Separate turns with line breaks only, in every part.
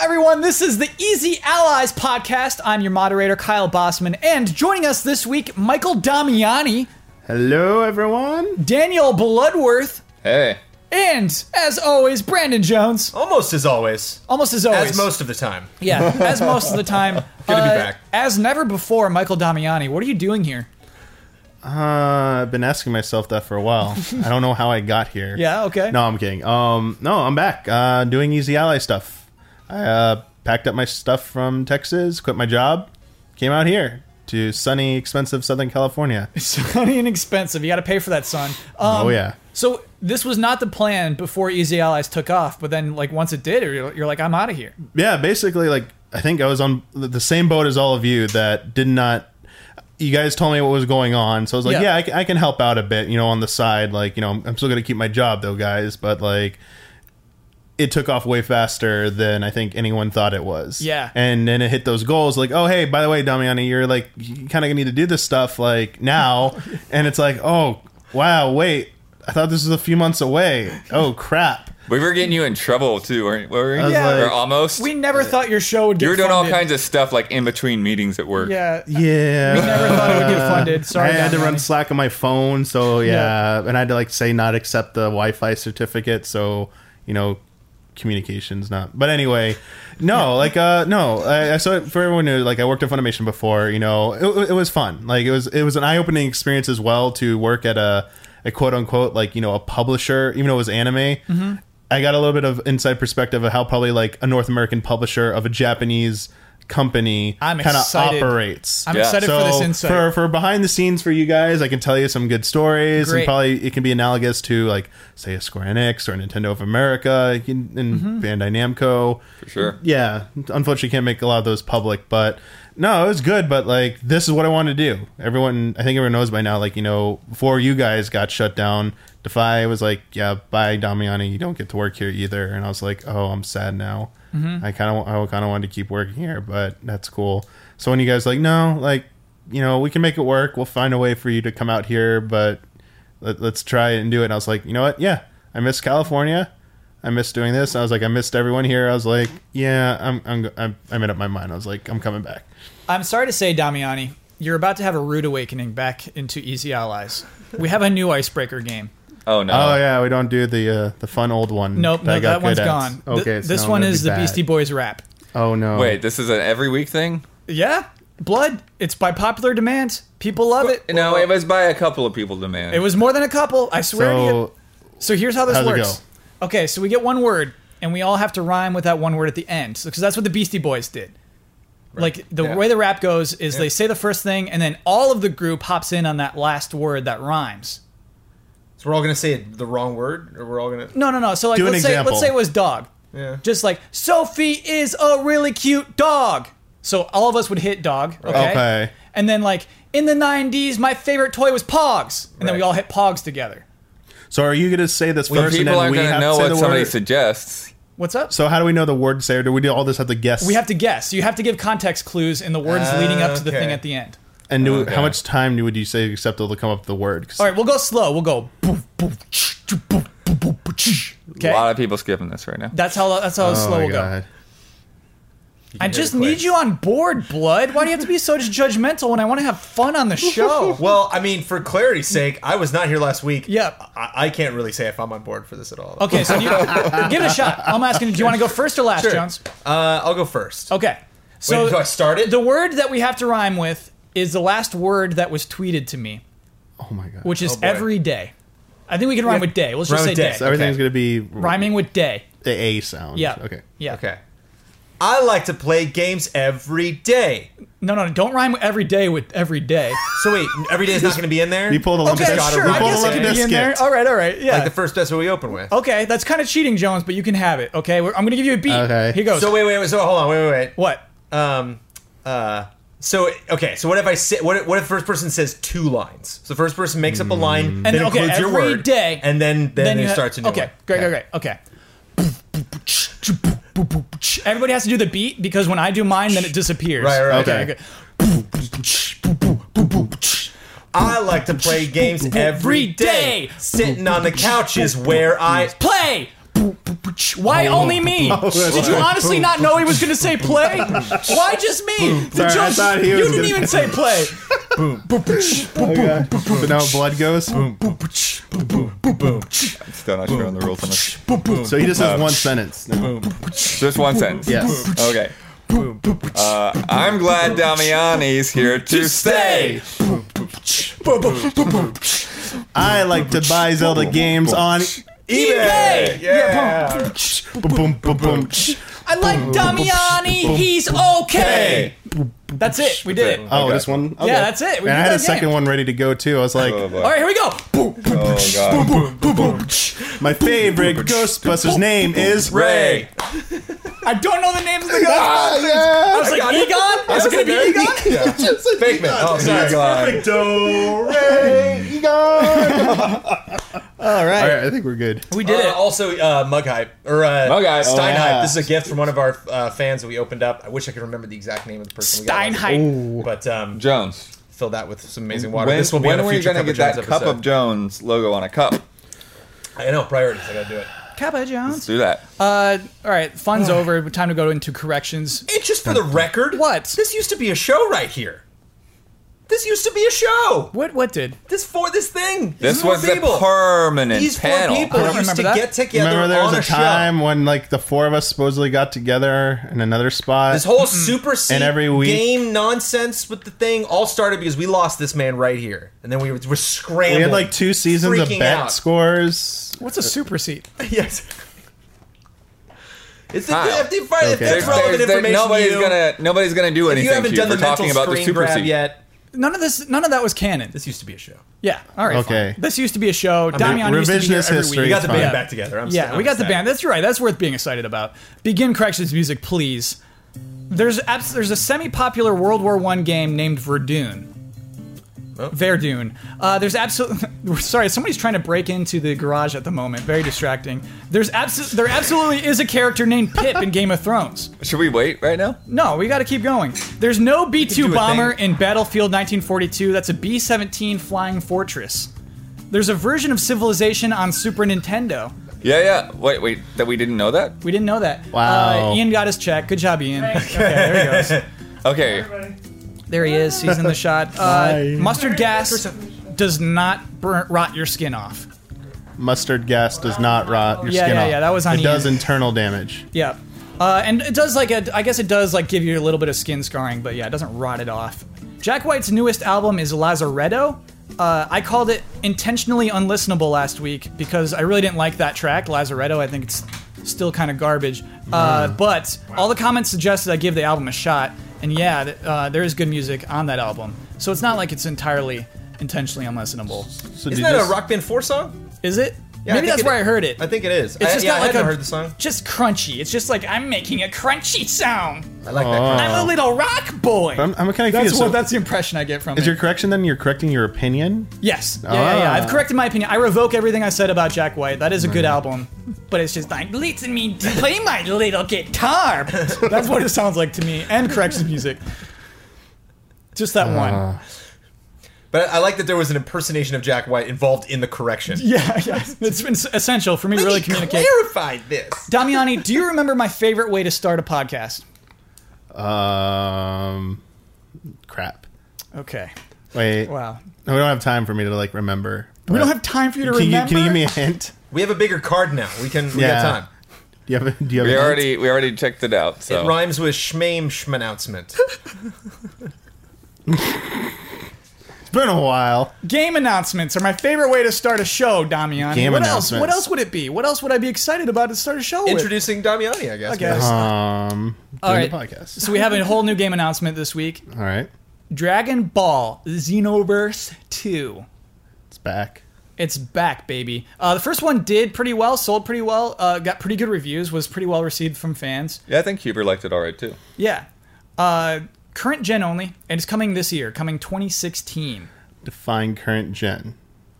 everyone. This is the Easy Allies podcast. I'm your moderator, Kyle Bossman, and joining us this week, Michael Damiani,
Hello, everyone.
Daniel Bloodworth,
Hey.
and as always, Brandon Jones.
Almost as always.
Almost as always.
As most of the time.
yeah, as most of the time. Good
to be back.
As never before, Michael Damiani. What are you doing here?
Uh, I've been asking myself that for a while. I don't know how I got here.
Yeah, okay.
No, I'm kidding. Um, no, I'm back. Uh, doing Easy Ally stuff. I uh, packed up my stuff from Texas, quit my job, came out here to sunny, expensive Southern California.
Sunny and expensive. You got to pay for that, son. Um,
oh yeah.
So this was not the plan before Easy Allies took off, but then like once it did, you're, you're like, I'm out of here.
yeah basically like i think i was on the- the same boat as all of you that did not you guys told me what was going on so i was like
Yeah.
yeah, I, can, I can help out a bit you know on the side like you know i'm still gonna keep my job though guys but like it took off way faster than i think anyone thought it was
Yeah.
and then it hit those goals like oh hey by the way damiani you're like you kind of need to do this stuff like now and it's like oh wow wait i thought this was a few months away oh crap
We were getting you in trouble too, weren't were we?
Yeah.
or almost.
We never thought your show would get
you were doing all
funded.
kinds of stuff like in between meetings at work.
Yeah.
yeah
Never thought it would get funded. Sorry.
Uh, I had to
Damiani.
run Slack on my phone, so yeah, and I had to like say not accept the Wi-Fi certificate, so you know, communications not. But anyway, no, like uh, no, I, I saw it for everyone who like I worked in Funimation before, you know, it, it was fun. Like it was it was an eye opening experience as well to work at a a quote unquote like you know a publisher, even though it was anime.
Mm-hmm.
I got a little bit of inside perspective of how probably like a North American publisher of a Japanese company
I'm
kind of
excited.
operates
I'm
Yeah.
excited for this insight.
for, for behind the scenes for you guys, I can tell you some good stories,
Great.
and probably it can be analogous to like say a Square Enix or a Nintendo of America you can- and
Mm-hmm.
Bandai Namco.
For sure.
Yeah, unfortunately, can't make a lot of those public, but no, it was good. But like, this is what I want to do. Everyone, I think everyone knows by now. Like, you know, before you guys got shut down, Defy was like, "Yeah, bye, Damiani. You don't get to work here either." And I was like, "Oh, I'm sad now. I kind of, I kind of wanted to keep working here, but that's cool." So when you guys like, no, like, you know, we can make it work. We'll find a way for you to come out here, but let, let's try it and do it. And I was like, you know what? Yeah, I miss California. I miss doing this. I was like, I missed everyone here. I was like, yeah, I'm, I'm, I'm I made up my mind. I was like, I'm coming back.
I'm sorry to say, Damiani, you're about to have a rude awakening back into Easy Allies. We have a new icebreaker game.
Oh no.
Oh yeah, we don't do the uh, the fun old one.
Nope, no,
I got
that one's
good at.
gone. Th-
Okay, so
this
I'm
one
gonna
is
be
the
bad.
Beastie Boys rap.
Oh no,
Wait, this is an every week thing?
Yeah, blood. It's by popular demand. People love it.
No, it was by a couple of people demand.
It was more than a couple. I swear to you.
So
So here's how this
How's it
works. Okay, so we get one word, and we all have to rhyme with that one word at the end. Because that's what the Beastie Boys did. Like the
Yeah.
way the rap goes is they say the first thing, and then all of the group hops in on that last word that rhymes.
So we're all gonna say the wrong word, or we're all gonna.
No, no, no. So like,
Do an
let's say
example.
let's say it was dog.
Yeah.
Just like Sophie is a really cute dog. So all of us would hit dog. Okay.
Okay.
And then like in the '90s, my favorite toy was Pogs, and then we
Right.
all hit Pogs together.
so are you gonna say this
Well,
first, and
people
then
aren't
we
gonna
have
know
to say
what
the
somebody
word?
suggests.
What's up?
so how do we know the word say, or do we do all this at the guess?
we have to guess. You have to give context clues in the words leading up to the
Okay.
thing at the end.
And do,
Okay.
how much time would you say except it'll come up with the word? 'Cause
All right, we'll go slow. We'll go. boom, boom, ch, ch, boom, boom, boom, boom, ch. Okay.
A lot of people skipping this right now.
that's how that's how
oh
slow
my
we'll go.
God.
I
hear
just
the click.
need you on board, Blood. Why do you have to be so judgmental when I want to have fun on the show?
Well, I mean, for clarity's sake, I was not here last week.
Yeah.
I, I can't really say if I'm on board for this at all.
Okay, so do you, give it a shot. I'm asking, do you want to go first or last,
Sure.
Jones?
Uh, I'll go first.
Okay.
Wait
So
until I start it.
the word that we have to rhyme with is the last word that was tweeted to me,
Oh my god.
which is
Oh, boy.
every day. I think we can rhyme with day. Let's just
Rhyme
say day.
with day.
so everything's
okay.
gonna be
Rhyming with day.
the a sound.
Yeah.
Okay.
Yeah.
Okay. I like to play games every day.
No, no, no. Don't rhyme every day with every day.
So wait, every day is not gonna be in there.
We pulled a lump
Okay,
biscuit.
sure.
We
I
pulled a
guess it Oh,
lump
could be in there.
biscuit.
All right, all right. Yeah.
like the first best we open with.
okay, that's kind of cheating, Jones, but you can have it. Okay, We're, I'm gonna give you a beat.
Okay.
Here goes.
So wait, wait, wait. So hold on, wait, wait, wait.
what?
Um, uh, so okay. So what if I say what? If, what if the first person says two lines? So the first person makes up a line, and then
then, Mm. okay,
includes your
every
word,
day,
and then then, it
you ha-
starts a new
Okay,
one.
great, great, great. Okay. Everybody has to do the beat because when I do mine, then it disappears.
Right, right, right.
Okay.
Okay.
I like to play games
Every
every
day.
day. Sitting on the couch is where I
Play. Why
Oh.
only me? Did you honestly not know he was going to say play? Why just me? The
Sorry, I
judge,
thought he
you
was
didn't
gonna-
even say play.
Oh, God. So now blood goes.
Still not sure on the rules on this.
So he just has one sentence. now.
Just one sentence.
Yes.
Okay. Uh, I'm glad Damiani's here to stay.
I like to buy Zelda games on
eBay.
Yeah.
boom, boom, boom.
I like Damiani. He's okay. That's it. We did it.
Oh,
Okay.
this one. Okay.
Yeah, that's it. We
and
did
I had a
that
second
game.
one ready to go too. I was like,
Oh, boy.
All right, here we go.
Oh, God.
my favorite Ghostbusters name is
Ray.
I don't know the names of the guys.
Ah,
I was like,
got it.
Egon? Is it going to be Egon?
Fake man. Oh, sorry.
God.
Do Ray Egon. All right. All right. I think we're good.
Oh, We
Did
did it.
Also, uh, Mug Hype. Or uh,
Mug Hype.
Stein
Oh, yeah.
Hype. This is a gift from one of our uh, fans that we opened up. I wish I could remember the exact name of the person we got.
Steinheit.
Oh.
But um,
Jones.
fill that with some amazing water.
When,
this will be
when
on a
were you
future
going to
Cup
get that
of Jones
Cup
episode.
of Jones logo on a cup?
I know priorities. I gotta do it.
Kappa
Let's
Jones.
do that.
Uh, all right, fun's over. Time to go into corrections.
And just for the record,
What?
This used to be a show right here. This used to be a show.
What? What did?
This for this thing.
This
four
was the
people.
permanent
These four
panel.
people
I don't
used
remember
to
that.
get together
Remember, there
on
was a,
a,
time
show.
when like the four of us supposedly got together in another spot.
This whole super seat
Mm. And every week-
game nonsense with the thing all started because we lost this man right here, and then we were, were scrambling.
we had like two seasons of
Freaking
bet
out.
scores.
What's a super seat?
yes. It's
Kyle.
if, they find, if
Okay.
that's
There's-
relevant
There's- there-
information,
nobody's
to you,
gonna nobody's gonna do
if
anything.
you haven't
to
done the
We're talking
mental
about the
screen
super
grab
seat.
yet.
None of this. None of that was canon.
This used to be a show.
Yeah. All right.
Okay.
fine. This used to be a show. Damian used to be here
revisionist
every
history.
week.
We got the
Fine.
band back together. I'm
Yeah,
st- I'm
we got the
ecstatic.
band. That's right. That's worth being excited about. Begin corrections music, please. There's abs- there's a semi-popular World War One game named Verdun.
Oh.
Verdun. Uh, there's absolutely sorry. Somebody's trying to break into the garage at the moment. Very distracting. There's abso- there absolutely is a character named Pip in Game of Thrones.
Should we wait right now?
No, we got to keep going. There's no
do
B2
a
bomber
thing.
in Battlefield 1942. That's a B17 flying fortress. There's a version of Civilization on Super Nintendo.
Yeah, yeah. Wait, wait. That we didn't know that.
We didn't know that.
Wow.
Uh, Ian got his check. Good job, Ian. Okay, there he goes.
Okay.
There he is. He's in the shot. Uh,
Nice.
mustard gas does not burn, rot your skin off.
Mustard gas does not rot your
Yeah,
skin
yeah,
off.
yeah, that was on
It does
Ian.
internal damage.
Yeah. Uh, and it does like a, I guess it does like give you a little bit of skin scarring, but yeah, it doesn't rot it off. Jack White's newest album is Lazaretto. Uh, I called it intentionally unlistenable last week because I really didn't like that track, Lazaretto. I think it's still kind of garbage. Uh,
Mm.
but all the comments suggested I give the album a shot, and yeah, th- uh, there is good music on that album. So it's not like it's entirely intentionally unlistenable,
So
Isn't
did
that
you
a Rock Band 4 song?
is it?
Yeah, I
Maybe
think
that's
it-
where I heard it.
I think it is.
it's
I,
just
yeah,
not
I
like
hadn't
a
heard the song.
just crunchy. It's just like I'm making a crunchy sound.
I like
Oh.
that.
I'm a little rock boy.
I'm, I'm kind of
that's
confused.
what.
So
that's the impression I get from
is
it.
your correction then? You're correcting your opinion.
yes. Yeah, yeah, yeah.
Ah.
I've corrected my opinion. I revoke everything I said about Jack White. That is a good album, but it's just like listen me to play my little guitar. that's what it sounds like to me. And correction music. Just
Ah.
that one.
But I like that there was an impersonation of Jack White involved in the correction.
Yeah, yeah. It's been s- essential for me to really communicate.
clarified this.
Damiani, do you remember my favorite way to start a podcast?
Um, crap.
Okay.
Wait.
Wow.
No, we don't have time for me to like remember.
We
but-
don't have time for you to
Uh, Can you,
remember.
can you give me a hint?
We have a bigger card now. We can. We
Yeah.
got time.
Do you have? A, do you have?
We
a hint?
already we already checked it out.
It
So
rhymes with schmame schmanouncement.
It's been a while.
Game announcements are my favorite way to start a show, Damiani.
Game
what else?
announcements.
What else would it be? What else would I be excited about to start a show with?
Introducing Damiani, I guess.
I guess.
Um,
All
doing
right.
the podcast.
So we have a whole new game announcement this week:
All right,
Dragon Ball Xenoverse Two.
it's back.
It's back, baby. Uh, the first one did pretty well, sold pretty well, uh, got pretty good reviews, was pretty well received from fans.
yeah, I think Huber liked it all right too.
Yeah. Uh, current gen only, and it's coming this year, coming 2016.
Define current gen.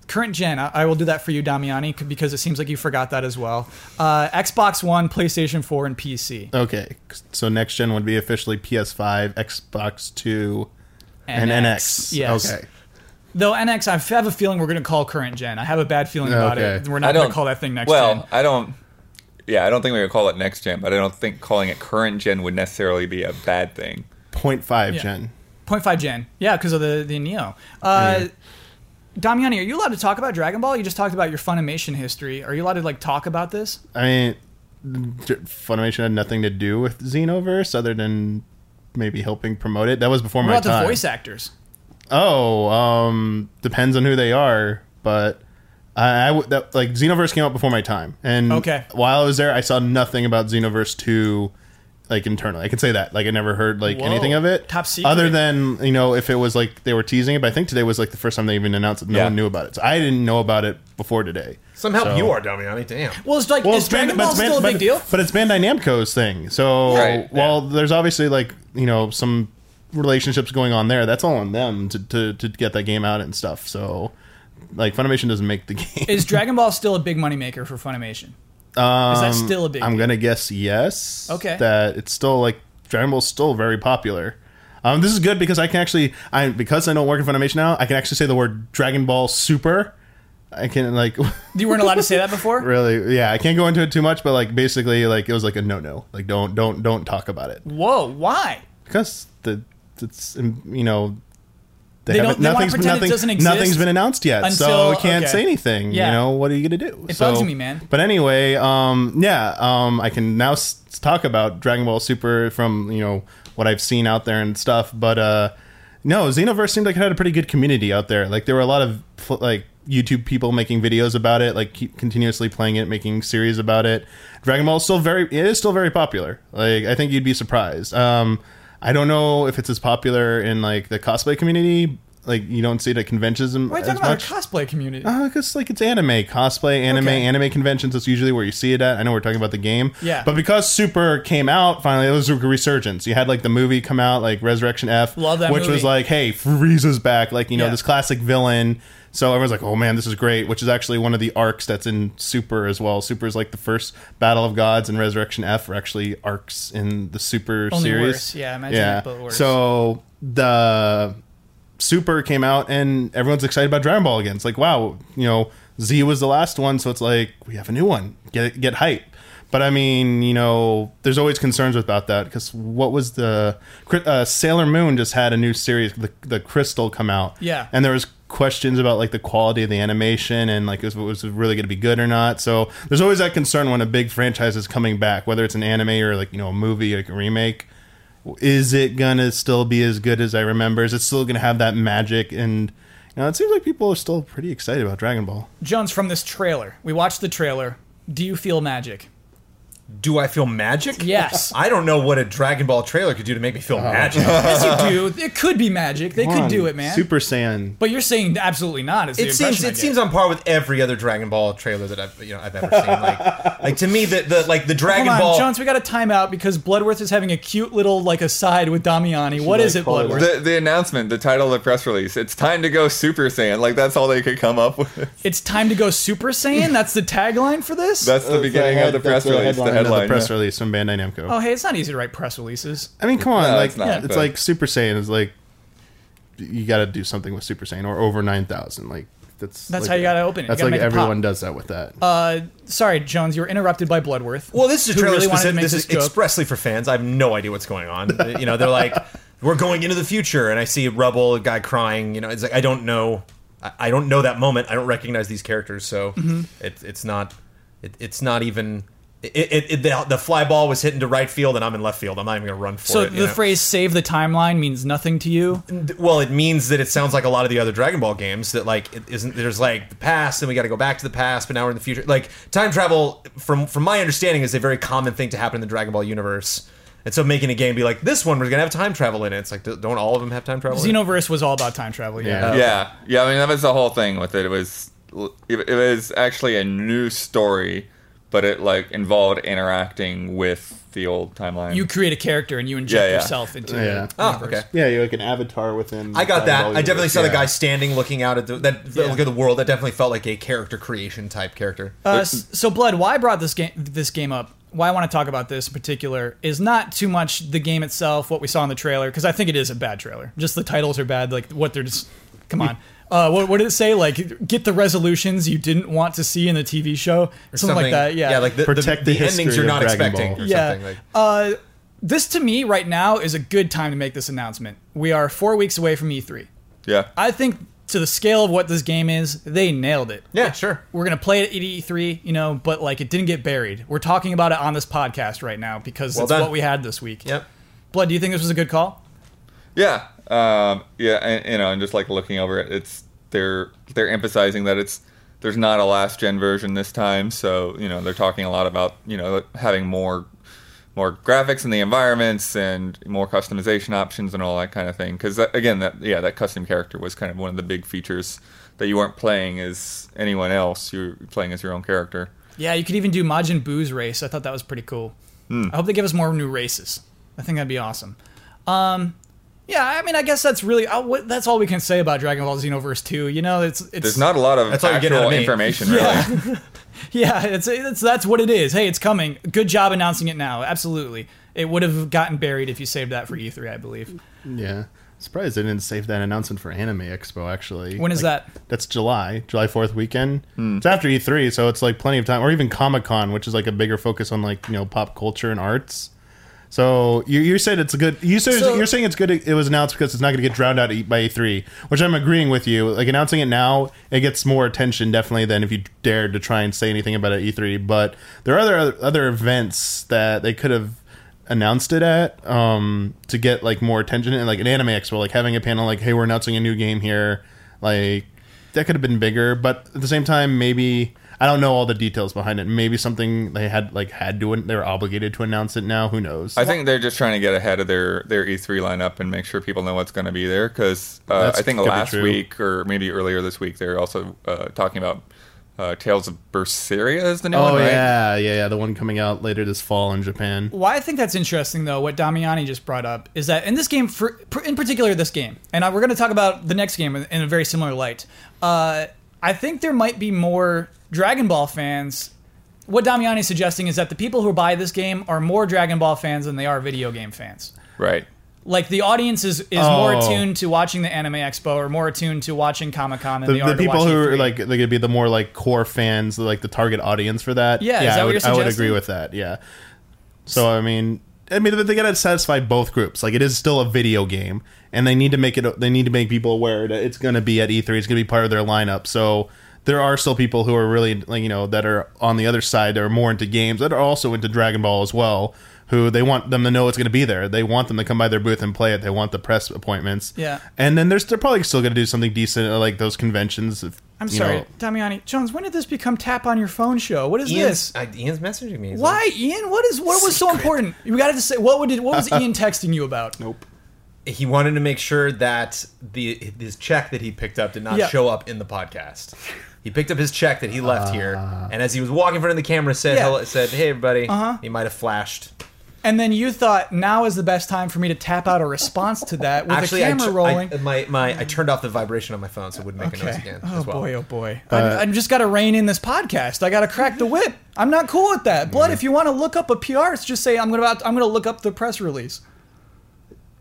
current gen I, I will do that for you damiani c- because it seems like you forgot that as well uh, xbox one playstation 4 and pc
Okay, so next gen would be officially PS5, Xbox Two, and NX.
yes
Okay.
though nx i f- have a feeling we're going to call current gen i have a bad feeling about
Okay.
it we're
I
not going
don't
to call that thing next
Well,
gen
I don't. yeah, I don't think we would call it next gen, but I don't think calling it current gen would necessarily be a bad thing.
0.5 gen.
0.5 gen. Yeah, because of the the Neo. Uh, Damiani, are you allowed to talk about Dragon Ball? You just talked about your Funimation history. Are you allowed to like talk about this?
I mean, Dr- Funimation had nothing to do with Xenoverse other than maybe helping promote it. That was before my
What about
time.
the voice actors?
Oh, um, depends on who they are, but I, I w- that, like Xenoverse came out before my time, and
Okay.
while I was there, I saw nothing about Xenoverse two, like internally. I can say that, like I never heard like
Whoa.
anything of it,
Top secret.
Other than you know, if it was like they were teasing it, but I think today was like the first time they even announced that no
Yeah.
one knew about it. So I didn't know about it before today.
Somehow
So-
you are Damiani. Damn.
Well, it's like is Dragon Ball still a big deal?
But it's Bandai Namco's thing. So
Right,
while there's obviously like you know some relationships going on there, that's all on them to, to, to get that game out and stuff. So like Funimation doesn't make the game.
Is Dragon Ball still a big moneymaker for Funimation? Um, is that still a big?
I'm
deal?
gonna guess yes.
Okay.
That it's still like Dragon Ball's still very popular. Um, this is good because I can actually I because I don't work in Funimation now, I can actually say the word Dragon Ball Super. I can like
You weren't allowed to say that before.
really yeah i can't go into it too much but like basically like it was like a no-no like don't don't don't talk about it
Whoa, why?
because the it's um, you know
They don't-
haven't-
they wanna pretend it doesn't exist
nothing's been announced yet
until-
so it can't
okay.
say anything
Yeah.
you know what are you gonna do
It
so,
bugs me, man.
but anyway um yeah um i can now s- talk about dragon ball super from you know what i've seen out there and stuff but uh no xenoverse seemed like it had a pretty good community out there like there were a lot of pl- like youtube people making videos about it like keep continuously playing it making series about it dragon ball is still very it is still very popular like i think you'd be surprised um i don't know if it's as popular in like the cosplay community like you don't see it at conventions and
Why are you
as
talking about
much
the cosplay community?
because Uh, like it's anime cosplay, anime,
Okay.
anime conventions. That's usually where you see it at. I know we're talking about the game,
Yeah.
But because Super came out finally, it was a resurgence. You had like the movie come out, like Resurrection F,
Love that
which
movie.
was like, hey, Frieza's back, like you know
Yeah.
this classic villain. So everyone's like, oh man, this is great. Which is actually one of the arcs that's in Super as well. Super is like the first Battle of Gods, and Resurrection F are actually arcs in the Super
Only
series.
worse. Yeah, imagine it, but worse.
So the Super came out and everyone's excited about Dragon Ball again. It's like, wow, you know, Z was the last one, so it's like we have a new one. Get get hype. But I mean, you know, there's always concerns about that because what was the Cri- uh, Sailor Moon just had a new series, the the Crystal, come out.
Yeah.
and there was questions about like the quality of the animation and like if it was really going to be good or not. So there's always that concern when a big franchise is coming back, whether it's an anime or like you know a movie, like a remake is it gonna still be as good as I remember? Is it still gonna have that magic? And you know, it seems like people are still pretty excited about Dragon Ball.
Jones, from this trailer, we watched the trailer. Do you feel magic?
Do I feel magic?
Yes.
I don't know what a Dragon Ball trailer could do to make me feel magic.
yes, you do. It could be magic. They could do it, man.
Uh-huh. Super Saiyan.
but you're saying absolutely not. Is the
It seems
impression I
it
get.
seems on par with every other Dragon Ball trailer that I've you know I've ever seen. Like, like to me the, the like the Dragon
Hold on,
Ball
Jones, we got a timeout because Bloodworth is having a cute little like aside with Damiani. What is it,
like, called it
Bloodworth?
The, the announcement, the title of the press release, it's time to go Super Saiyan. Like, that's all they could come up with.
It's time to go Super Saiyan. That's the tagline for this.
That's the beginning of the press release, the headline.
the press
yeah.
release from Bandai Namco.
oh, hey, it's not easy to write press releases.
I mean, come on,
No,
like
it's
it's,
not, but-
like Super Saiyan is like you got to do something with Super Saiyan or over nine thousand. Like that's
That's
like-
how you gotta open it. You
That's
gotta
like
make it pop.
everyone does that with that.
Uh, sorry, Jones, you were interrupted by Bloodworth.
Well, this is a
who
trailer
really wanted to
specific.
make
This
this
is
joke.
expressly for fans. I have no idea what's going on. you know, they're like, we're going into the future, and I see rubble, a guy crying. You know, it's like I don't know, I, I don't know that moment. I don't recognize these characters, so
Mm-hmm.
it's it's not, it, it's not even. It, it, it, the, the fly ball was hitting to right field, and I'm in left field. I'm not even gonna run for
so
it. you
the
know?
phrase "save the timeline" means nothing to you.
well, it means that it sounds like a lot of the other Dragon Ball games that like it isn't there's like the past, then we got to go back to the past, but now we're in the future. Like time travel, from from my understanding, is a very common thing to happen in the Dragon Ball universe. And so making a game be like this one, we're gonna have time travel in it. It's like d- don't all of them have time travel? in it?
Xenoverse was all about time travel. Yeah.
Yeah.
Yeah, yeah. I mean, that was the whole thing with it. It was it was actually a new story, but it like involved interacting with the old timeline.
You create a character and you inject
Yeah, yeah.
yourself into
Yeah.
it.
Oh, okay.
yeah, you're like an avatar within.
I
Dragon
got that.
Ball
I definitely
universe,
saw the
yeah.
guy standing, looking out at the that look at the world. That definitely felt like a character creation type character.
Uh, s- so, Blood, why I brought this game this game up? Why I want to talk about this in particular is not too much the game itself, what we saw in the trailer, because I think it is a bad trailer. Just the titles are bad. Like what they're just. Come on, Uh, what, what did it say? Like, get the resolutions you didn't want to see in the TV show, something, like that. Yeah,
yeah, like the,
Protect the
the, the endings
history
you're
of
not
Dragon
expecting.
Ball.
Or
yeah.
something like.
uh, this to me right now is a good time to make this announcement. We are four weeks away from E3.
Yeah.
I think to the scale of what this game is, they nailed it.
Yeah, sure.
We're gonna play it at E E3, you know, but like it didn't get buried. We're talking about it on this podcast right now because
Well
it's
done.
what we had this week.
Yep.
Blood, do you think this was a good call?
Yeah, um, yeah, and you know, and just like looking over it, it's they're they're emphasizing that it's there's not a last gen version this time, so you know they're talking a lot about you know having more more graphics in the environments and more customization options and all that kind of thing. Because again, that yeah, that custom character was kind of one of the big features that you weren't playing as anyone else; you're playing as your own character.
Yeah, you could even do Majin Buu's race. I thought that was pretty cool. I hope they give us more new races. I think that'd be awesome. Um, yeah, I mean, I guess that's really uh, what, that's all we can say about Dragon Ball Xenoverse Two. You know, it's it's
There's not a lot of
That's all you're getting out
actual
of me.
information, really.
yeah, it's, it's that's what it is. Hey, it's coming. Good job announcing it now. Absolutely, it would have gotten buried if you saved that for E3, I believe.
Yeah. Surprised they didn't save that announcement for Anime Expo. Actually,
When is
Like,
that?
That's July, July Fourth weekend. It's after E three, so it's like plenty of time. Or even Comic Con, which is like a bigger focus on like you know pop culture and arts. So you, you said it's a good. You said
So-
you're saying it's good. It was announced because it's not going to get drowned out by E three, which I'm agreeing with you. Like announcing it now, it gets more attention definitely than if you dared to try and say anything about it E three. But there are other other events that they could have announced it at um to get like more attention and like an anime expo like having a panel like hey we're announcing a new game here like that could have been bigger but at the same time maybe i don't know all the details behind it maybe something they had like had to they were obligated to announce it now who knows
I think they're just trying to get ahead of their, their E3 lineup and make sure people know what's going to be there. Because uh,
That's
I think
gotta be
last
true.
week or maybe earlier this week, they're also uh, talking about uh, Tales of Berseria is the new one,
oh
right?
yeah yeah yeah the one coming out later this fall in japan
Why I think that's interesting, though, what Damiani just brought up is that in this game, for, in particular, this game, and I, we're going to talk about the next game in, in a very similar light. Uh, I think there might be more Dragon Ball fans. What Damiani is suggesting is that the people who buy this game are more Dragon Ball fans than they are video game fans.
Right.
Like the audience is, is more
Oh.
attuned to watching the Anime Expo or more attuned to watching Comic Con than
the,
they are
the
to
people
watch E
who are
E3.
like they could be the more like core fans like the target audience for that
Yeah, is that
I,
what
would,
you're
I would
suggesting?
agree with that yeah so i mean i mean but they gotta satisfy both groups like it is still a video game and they need to make it they need to make people aware that it's gonna be at e3 it's gonna be part of their lineup so there are still people who are really like you know that are on the other side that are more into games that are also into dragon ball as well who they want them to know it's going to be there. They want them to come by their booth and play it. They want the press appointments.
Yeah.
And then there's, they're probably still going to do something decent at like those conventions. If,
I'm
you
sorry,
know-
Damiani Jones. When did this become tap on your phone show? What is this?
Ian's, I, Ian's messaging me. He's
Why, Ian? What is what was so important? You got to say what would it, what was Ian texting you about?
nope.
like- he wanted to make sure that the his check that he picked up did not
Yeah.
show up in the podcast. He picked up his check that he left here, and as he was walking in front of the camera, said
Ah. Yeah.
hello, said, "Hey, everybody." Uh-huh. He might have flashed.
And then you thought now is the best time for me to tap out a response to that with
Actually,
the
I
camera
tu-
rolling.
I, my, my, I turned off the vibration on my phone, so it wouldn't make a noise
okay.
again.
Oh
as well.
boy, oh boy. I'm, I'm just got to rein in this podcast. I got to crack the whip. I'm not cool with that. Blood, if you want to look up a PR, just say I'm gonna about, I'm gonna look up the press release.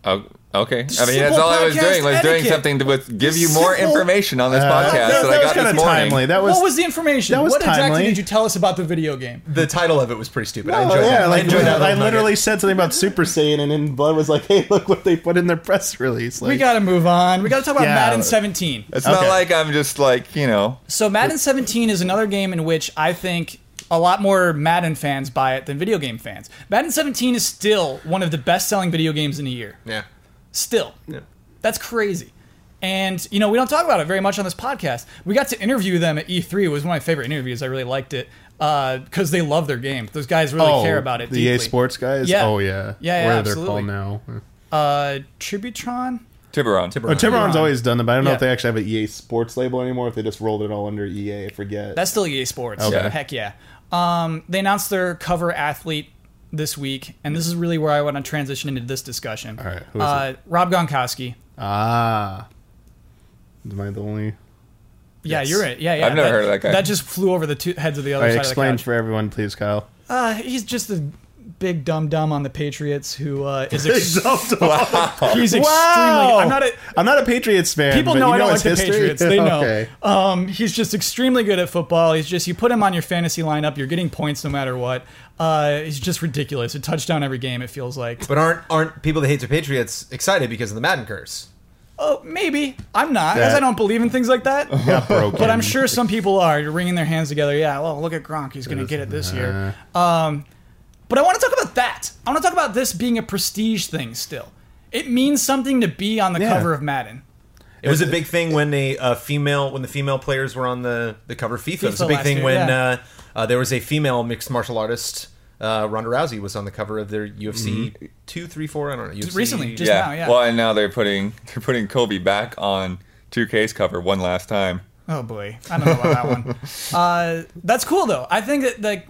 Oh, okay. I mean, that's
Simple
all I was
podcast
doing was doing
etiquette.
something to with, give you more
Simple-
information on this
Uh,
podcast
that, that
that, I
was
got
kind
this
of
morning.
timely. That was,
what was the information?
that was
what exactly
timely.
did you tell us about the video game?
The title of it was pretty stupid. I
Oh,
enjoyed
yeah,
that.
like
I enjoyed that.
I
little nugget.
literally said something about Super Saiyan, and then Blood was like, "Hey, look what they put in their press release." Like,
We got to move on. We got to talk about
Yeah.
Madden 17.
It's
Okay.
not like I'm just like you know.
So Madden 17 is another game in which I think a lot more Madden fans buy it than video game fans. Madden 17 is still one of the best-selling video games in a year.
Yeah.
Still. That's crazy. And you know, we don't talk about it very much on this podcast. We got to interview them at E3. It was one of my favorite interviews. I really liked it because they love their game. Those guys really
oh,
care about it.
The EA
deeply.
Sports guys.
Yeah.
Oh yeah.
Yeah, yeah,
Where
absolutely.
they're called now.
Uh, Tributron.
Tiburon.
Oh, Tiburon's always done that, but I don't know
Yeah.
if they actually have an EA Sports label anymore. If they just rolled it all under EA, I forget.
That's still EA Sports.
Okay.
Heck yeah. Um, they announced their cover athlete this week, and this is really where I want to transition into this discussion. All
right, who is
uh, Rob Gronkowski.
ah. Am I the only?
Yeah, you're it. Yeah, yeah.
I've never heard of that guy.
That just flew over the two heads of the other
I
side of the
explained
couch.
for everyone, please, Kyle.
Uh, he's just the Big Dumb Dumb on the Patriots, who uh, is ex-
wow.
he's extremely.
Wow.
I'm not a,
I'm not a Patriots fan.
People
but
know
you
I don't like
his
the
history?
Patriots. They know.
Okay.
Um, he's just extremely good at football. He's just you put him on your fantasy lineup, you're getting points no matter what. Uh, he's just ridiculous. A touchdown every game. It feels like.
But aren't aren't people that hate the Patriots excited because of the Madden curse?
Oh, maybe I'm not, as
That-
I don't believe in things like that.
Got broken.
But I'm sure some people are wringing their hands together. Yeah, well, look at Gronk. He's going to get it this
Uh,
year. Um, but I want to talk about that. I want to talk about this being a prestige thing still. It means something to be on the
Yeah.
cover of Madden.
It was a big thing when the uh, female when the female players were on the, the cover of FIFA. It was a
FIFA
big
last
thing
year,
when
yeah.
uh, uh, there was a female mixed martial artist. Uh, Ronda Rousey was on the cover of their UFC two, three, four. I don't know. UFC,
Mm-hmm. Recently, just
yeah.
now, yeah.
Well, and now they're putting they're putting Kobe back on 2K's cover one last time.
Oh boy, I don't know about that one. Uh, that's cool though. I think that like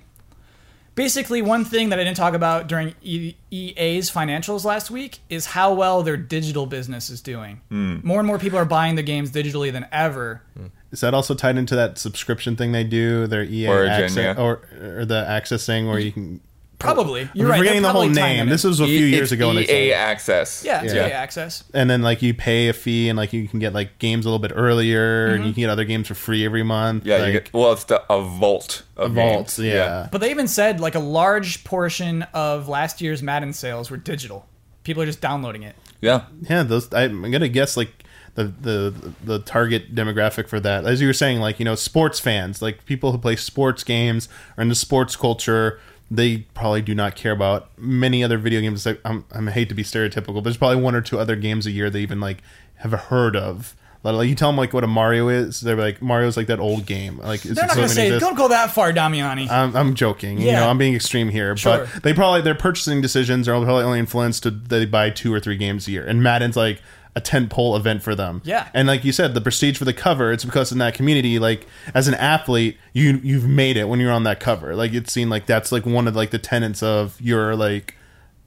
basically one thing that I didn't talk about during E- EA's financials last week is how well their digital business is doing.
Hmm.
More and more people are buying their games digitally than ever.
Is that also tied into that subscription thing they do? Their EA
Origin,
access,
yeah.
or or the access thing where you can.
Probably, you're
I'm
right.
forgetting
they're
the whole
probably tying
name.
it
This
in.
was a few
E-
years
it's
ago. when they
EA
started.
access.
yeah, it's
Yeah.
EA access.
and then like you pay a fee and like you can get like games a little bit earlier
Mm-hmm.
and you can get other games for free every month.
Yeah,
like,
you get, well, it's the, a vault. Of
vaults.
games.
Yeah.
But they even said like a large portion of last year's Madden sales were digital. People are just downloading it.
yeah,
yeah, those. I, I'm gonna guess like the the the target demographic for that, as you were saying, like you know, sports fans, like people who play sports games or into sports culture. They probably do not care about many other video games. Like, I'm, I'm I hate to be stereotypical, but there's probably one or two other games a year they even like have heard of. Like like, you tell them like what a Mario is, they're like Mario's like that old game. Like it's
They're not going to say, "Don't go that far, Damiani."
I'm, I'm joking. You
Yeah.
know, I'm being extreme here,
Sure.
but they probably their purchasing decisions are probably only influenced to they buy two or three games a year, and Madden's like a tent pole event for them.
Yeah.
and like you said, the prestige for the cover. It's because in that community, like as an athlete, you you've made it when you're on that cover. Like it's seen like that's like one of like the tenets of your like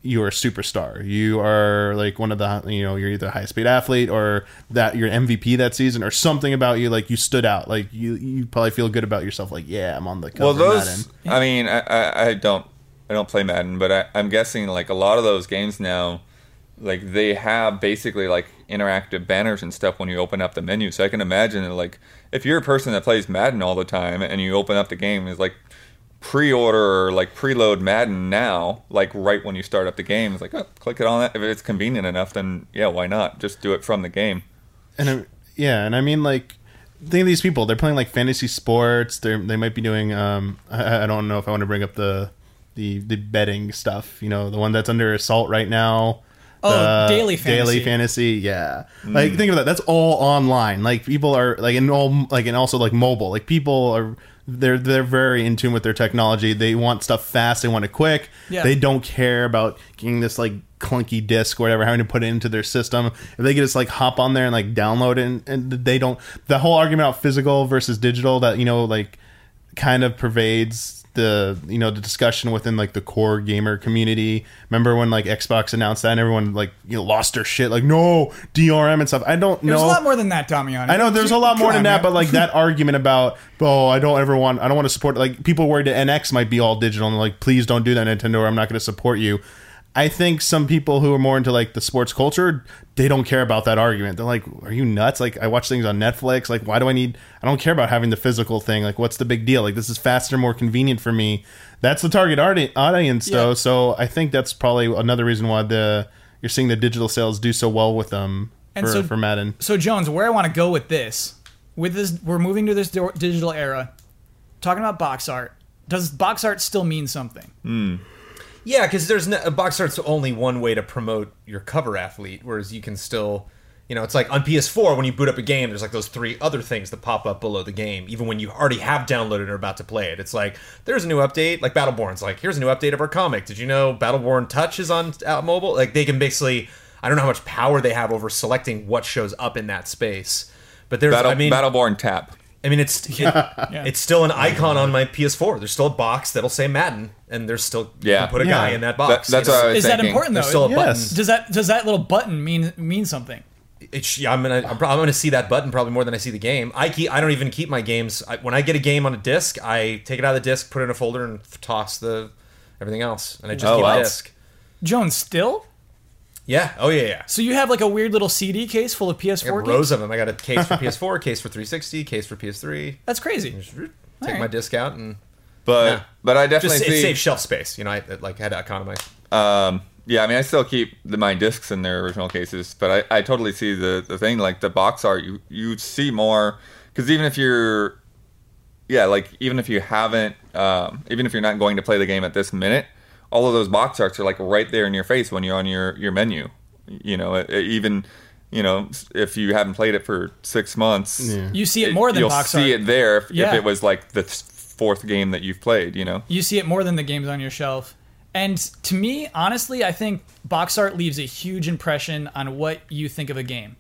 you're a superstar. You are like one of the you know you're either a high speed athlete or that you're MVP that season or something about you like you stood out. Like you you probably feel good about yourself. Like yeah, I'm on the cover.
Well,
of Madden.
those. I mean, I, I, I don't I don't play Madden, but I, I'm guessing like a lot of those games now, like they have basically like interactive banners and stuff when you open up the menu. So I can imagine that, like if you're a person that plays Madden all the time and you open up the game, it's like pre-order or like preload Madden now, like right when you start up the game. It's like oh, click it on that if it's convenient enough. Then yeah, why not? Just do it from the game.
and I, yeah, and I mean like think of these people. They're playing like fantasy sports. They they might be doing. Um, I, I don't know if I want to bring up the the the betting stuff. You know, the one that's under assault right now.
Oh,
The
daily
daily
fantasy.
fantasy. Yeah, like think of that. That's all online. Like people are like and all like and also like mobile. Like people are. They're they're very in tune with their technology. They want stuff fast. They want it quick.
Yeah.
They don't care about getting this like clunky disc or whatever, having to put it into their system. If they could just like hop on there and like download it, and, and they don't. The whole argument about physical versus digital that you know like kind of pervades the you know the discussion within like the core gamer community. Remember when like Xbox announced that and everyone like you know, lost their shit like no DRM and stuff. I don't know.
There's a lot more than that, Damiani.
I know there's a lot more than that, but like that argument about oh, I don't ever want, I don't want to support. Like people worried that NX might be all digital, and like please don't do that, Nintendo, or I'm not going to support you. I think some people who are more into like the sports culture, they don't care about that argument. They're like, "Are you nuts?" Like I watch things on Netflix. Like why do I need? I don't care about having the physical thing. Like what's the big deal? Like this is faster, more convenient for me. That's the target audi- audience, though.
Yeah.
So I think that's probably another reason why the you're seeing the digital sales do so well with them
And
for,
so-
for Madden.
So Jones, where I want to go with this, with this, we're moving to this di- digital era. Talking about box art, does box art still mean something?
Yeah, because there's no, a box art's only one way to promote your cover athlete, whereas you can still, you know, it's like on PS4 when you boot up a game, there's like those three other things that pop up below the game, even when you already have downloaded and are about to play it. It's like there's a new update, like Battleborn's like here's a new update of our comic. Did you know Battleborn Touch is on out mobile? Like they can basically, I don't know how much power they have over selecting what shows up in that space. But there's,
Battle
I mean,
Battleborn tap.
I mean, it's it, it's still an icon on my PS4. There's still a box that'll say Madden, and there's still you
Yeah.
can put a guy
Yeah.
in that box.
That- that's
you know?
what I was
Is that
thinking.
important though?
There's still a
Yes.
does that does that little button mean mean something?
It sh- I'm gonna I'm, prob- I'm gonna see that button probably more than I see the game. I keep I don't even keep my games. I, when I get a game on a disc, I take it out of the disc, put it in a folder, and f- toss the everything else, and I just
Oh,
keep
wow.
a disc.
Jones still?
Yeah. Oh yeah. Yeah.
So you have like a weird little CD case full of
I
PS4
got
games?
rows of them. I got a case for PS4, case for 360, case for PS3.
That's crazy.
Take
Alright.
my disc out and
But
Yeah.
but I definitely
just it
see.
saves shelf space. You know, I it, like had to economize.
Um, yeah, I mean, I still keep the, my discs in their original cases, but I, I totally see the, the thing. Like the box art, you you see more because even if you're, yeah, like even if you haven't, um, even if you're not going to play the game at this minute, all of those box arts are like right there in your face when you're on your your menu. You know, it, it even you know s- if you haven't played it for six months,
You see it more than
you'll
box
see
art.
it there if,
Yeah.
if it was like the th- fourth game that you've played. You know,
You see it more than the games on your shelf. And to me, honestly, I think box art leaves a huge impression on what you think of a game.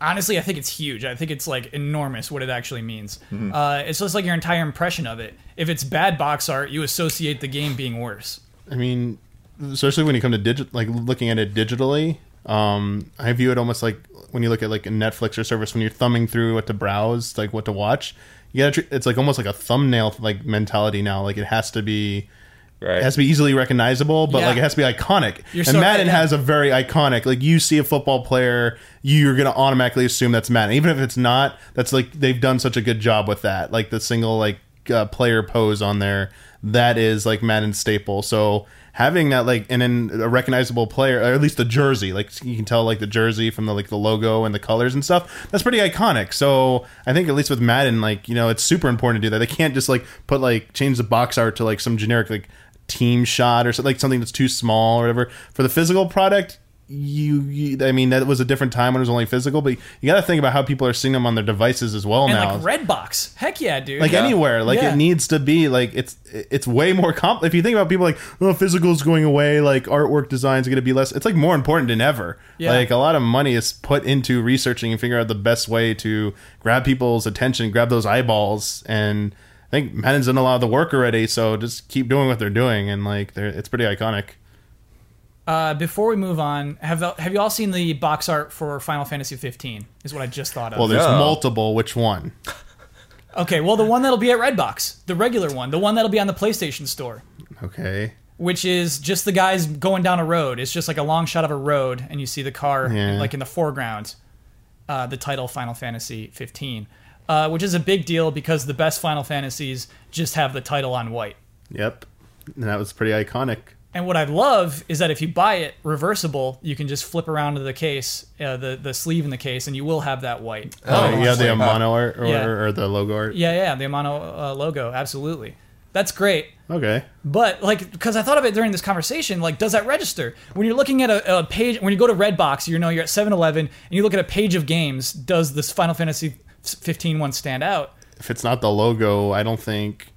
Honestly, I think it's huge. I think it's like enormous what it actually means.
Mm-hmm.
Uh, it's just like your entire impression of it. If it's bad box art, you associate the game being worse.
I mean, especially when you come to digit, like looking at it digitally. Um, I view it almost like when you look at like a Netflix or service when you're thumbing through what to browse, like what to watch. You gotta. Tr- it's like almost like a thumbnail like mentality now. Like it has to be.
right?
It has to be easily recognizable, but
Yeah.
like it has to be iconic.
You're
and
so
Madden
right, yeah.
has a very iconic. Like you see a football player, you're gonna automatically assume that's Madden, even if it's not. That's like they've done such a good job with that. Like the single like uh, player pose on there, that is like Madden staple. So having that like and then a recognizable player, or at least the jersey, like you can tell like the jersey from the like the logo and the colors and stuff. That's pretty iconic. So I think at least with Madden, like you know, it's super important to do that. They can't just like put like change the box art to like some generic like team shot or something like something that's too small or whatever for the physical product you, you i mean that was a different time when it was only physical but you got to think about how people are seeing them on their devices as well
And
now
like Redbox, heck yeah, dude.
like
Yeah.
anywhere like
Yeah.
it needs to be like it's it's way more comp if you think about people like oh physical's going away like artwork design's going to be less it's like more important than ever
Yeah.
like a lot of money is put into researching and figuring out the best way to grab people's attention grab those eyeballs and i think madden's done a lot of the work already so just keep doing what they're doing and like they're, it's pretty iconic
Uh, before we move on, have the, have you all seen the box art for Final Fantasy 15? Is what I just thought of.
well there's
Yeah.
multiple which one
okay, well the one that'll be at Redbox, the regular one, the one that'll be on the PlayStation Store.
okay
which is just the guys going down a road. It's just like a long shot of a road, and you see the car
Yeah.
like in the foreground. Uh, the title Final Fantasy 15, uh, which is a big deal because the best Final Fantasies just have the title on white.
yep and that was pretty iconic
And what I love is that if you buy it reversible, you can just flip around to the case, uh, the the sleeve in the case, and you will have that white.
oh yeah the mono art or,
Yeah.
or the logo art
Yeah, yeah, the Amano uh, logo, absolutely. That's great.
okay
But like, because I thought of it during this conversation, like, does that register when you're looking at a, a page? When you go to Redbox, you know you're at 7-Eleven, and you look at a page of games. Does this Final Fantasy 15 one stand out?
if it's not the logo, I don't think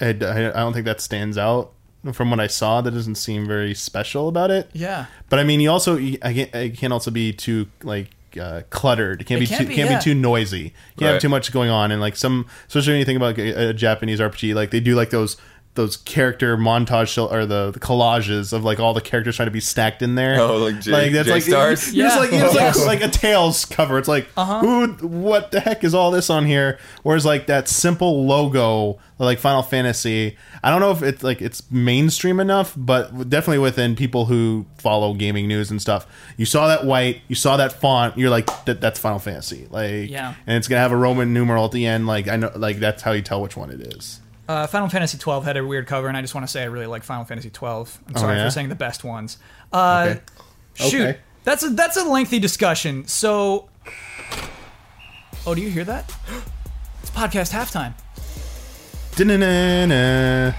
I, I don't think that stands out from what I saw. That doesn't seem very special about it.
Yeah,
But I mean, you also you- I can't, it can't also be too like uh, cluttered. It can't
It
be
can't
too,
be,
can't
yeah.
be too noisy. You can't
Right.
have too much going on. And like some, especially when you think about like, a, a Japanese RPG, like they do like those those character montage shel- or the, the collages of like all the characters trying to be stacked in there.
Oh, like J- J-Stars?
It's
Yeah.
like it's like,
Yes. Uh-huh.
like a tails cover. It's like who what the heck is all this on here? Whereas like that simple logo like Final Fantasy, I don't know if it's like it's mainstream enough, but definitely within people who follow gaming news and stuff. You saw that white, you saw that font, you're like that, that's Final Fantasy. Like
Yeah.
and it's going to have a Roman numeral at the end like I know like that's how you tell which one it is.
uh, Final Fantasy 12 had a weird cover, and I just want to say I really like Final Fantasy 12. I'm sorry
Oh, yeah?
for saying the best ones. Uh,
Okay.
Shoot,
Okay.
that's a that's a lengthy discussion. So, oh, do you hear that? It's podcast halftime.
Da-na-na-na.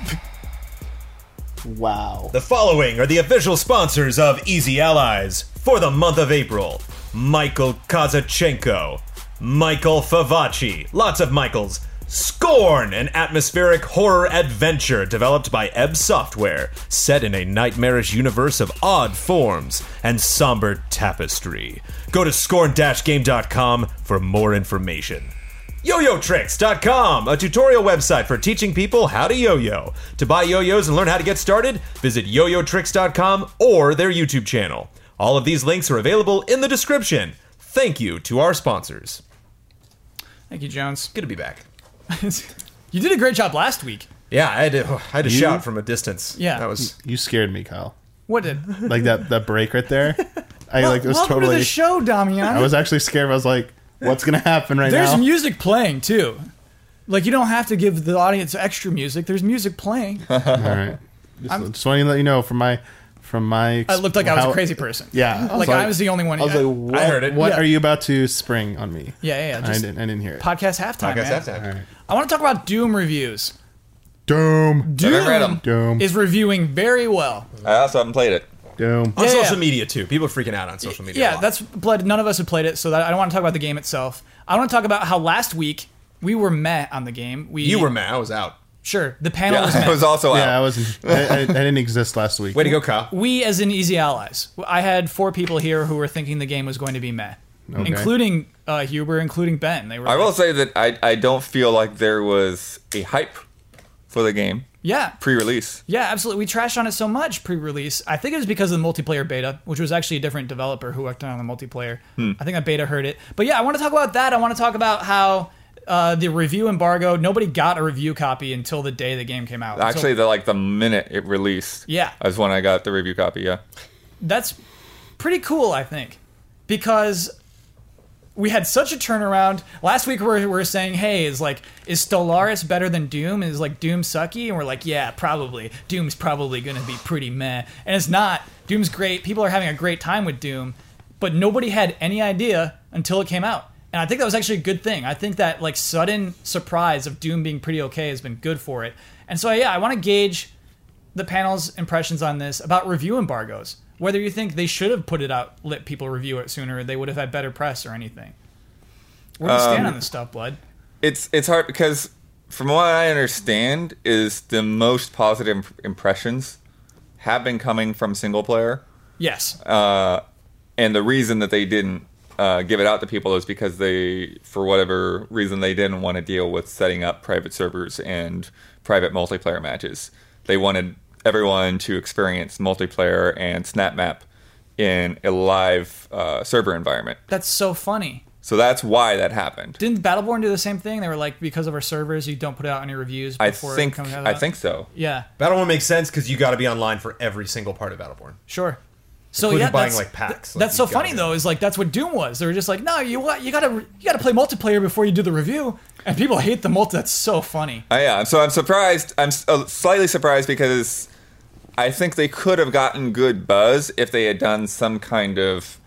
wow.
The following are the official sponsors of Easy Allies for the month of April Michael Kazachenko, Michael Favacci, lots of Michaels. Scorn, an atmospheric horror adventure developed by Ebb Software, set in a nightmarish universe of odd forms and somber tapestry. Go to scorn-game.com for more information. YoYoTricks.com, a tutorial website for teaching people how to yo-yo. To buy yo-yos and learn how to get started, visit YoYoTricks.com or their YouTube channel. All of these links are available in the description. Thank you to our sponsors.
Thank you, Jones.
Good to be back.
you did a great job last week.
Yeah, I had to, I had to
You-
shout from a distance.
Yeah.
that was
You scared me, Kyle.
What did?
Like that that break right there. I like was
Welcome to
totally.
the show,
I
Damian.
was actually scared. I was like, "What's gonna happen right
There's
now?"
music playing too. Like you don't have to give the audience extra music. There's music playing.
All right. Just, just wanting to let you know from my from my.
I looked like I was
how-
a crazy person.
Yeah,
Like, I was the only one.
I was
yeah.
like, what,
I heard it.
What
Yeah.
are you about to spring on me?
Yeah, yeah, yeah,
And I
just-
didn't. I didn't hear it.
podcast halftime.
podcast
man.
halftime.
All right.
I want to talk about Doom reviews.
Doom.
Doom,
read 'em.
Doom.
is reviewing very well.
I also haven't played it.
Doom.
On
Yeah,
social
yeah.
media too, people are freaking out on social media. a
Yeah,
lot.
that's blood. None of us have played it, so that, I don't want to talk about the game itself. I want to talk about how last week we were meh on the game. We
you were mad. I was out.
sure the panel was
Yeah,
meh.
I was also
Yeah, I
out.
wasn't. I, I, I didn't exist last week.
Way to go, Kyle.
we as in Easy Allies, I had four people here who were thinking the game was going to be meh, including uh, Huber, including Ben. They were.
I will
like,
say that I, I don't feel like there was a hype for the game
Yeah.
pre-release.
Yeah, absolutely. We trashed on it so much pre-release. I think it was because of the multiplayer beta, which was actually a different developer who worked on the multiplayer. I think that beta heard it. But yeah, I want to talk about that. I want to talk about how uh, the review embargo. Nobody got a review copy until the day the game came out. So
Actually, the like the minute it released,
Yeah.
is when I got the review copy. Yeah,
that's pretty cool, I think, because we had such a turnaround. Last week we were, we were saying, hey, is like is Stellaris better than Doom? Is like Doom sucky? And we're like, yeah, probably. Doom's probably gonna be pretty meh. And it's not. Doom's great. People are having a great time with Doom, but nobody had any idea until it came out. And I think that was actually a good thing. I think that like sudden surprise of Doom being pretty okay has been good for it. And so yeah, I want to gauge the panel's impressions on this about review embargoes. Whether you think they should have put it out, let people review it sooner, they would have had better press or anything. Where do you stand
Um,
on this stuff, Blood?
it's it's hard because from what I understand, is the most positive imp- impressions have been coming from single player.
Yes.
Uh, and the reason that they didn't uh, give it out to people is because they, for whatever reason, they didn't want to deal with setting up private servers and private multiplayer matches. They wanted everyone to experience multiplayer and snap map in a live uh, server environment.
That's so funny.
So that's why that happened.
Didn't Battleborn do the same thing? They were like, because of our servers, you don't put out any reviews
I
before
think
coming out.
I think so.
Yeah,
Battleborn makes sense because you got to be online for every single part of Battleborn.
sure. So
Including
yeah,
buying,
that's,
like, packs.
th-
Like,
that's so
you gotta
funny
be-
though. Is like that's what Doom was. They were just like, no, you wa- you gotta re- you gotta play multiplayer before you do the review, and people hate the multi. That's so funny.
I am. So I'm surprised. I'm s- uh, slightly surprised because I think they could have gotten good buzz if they had done some kind of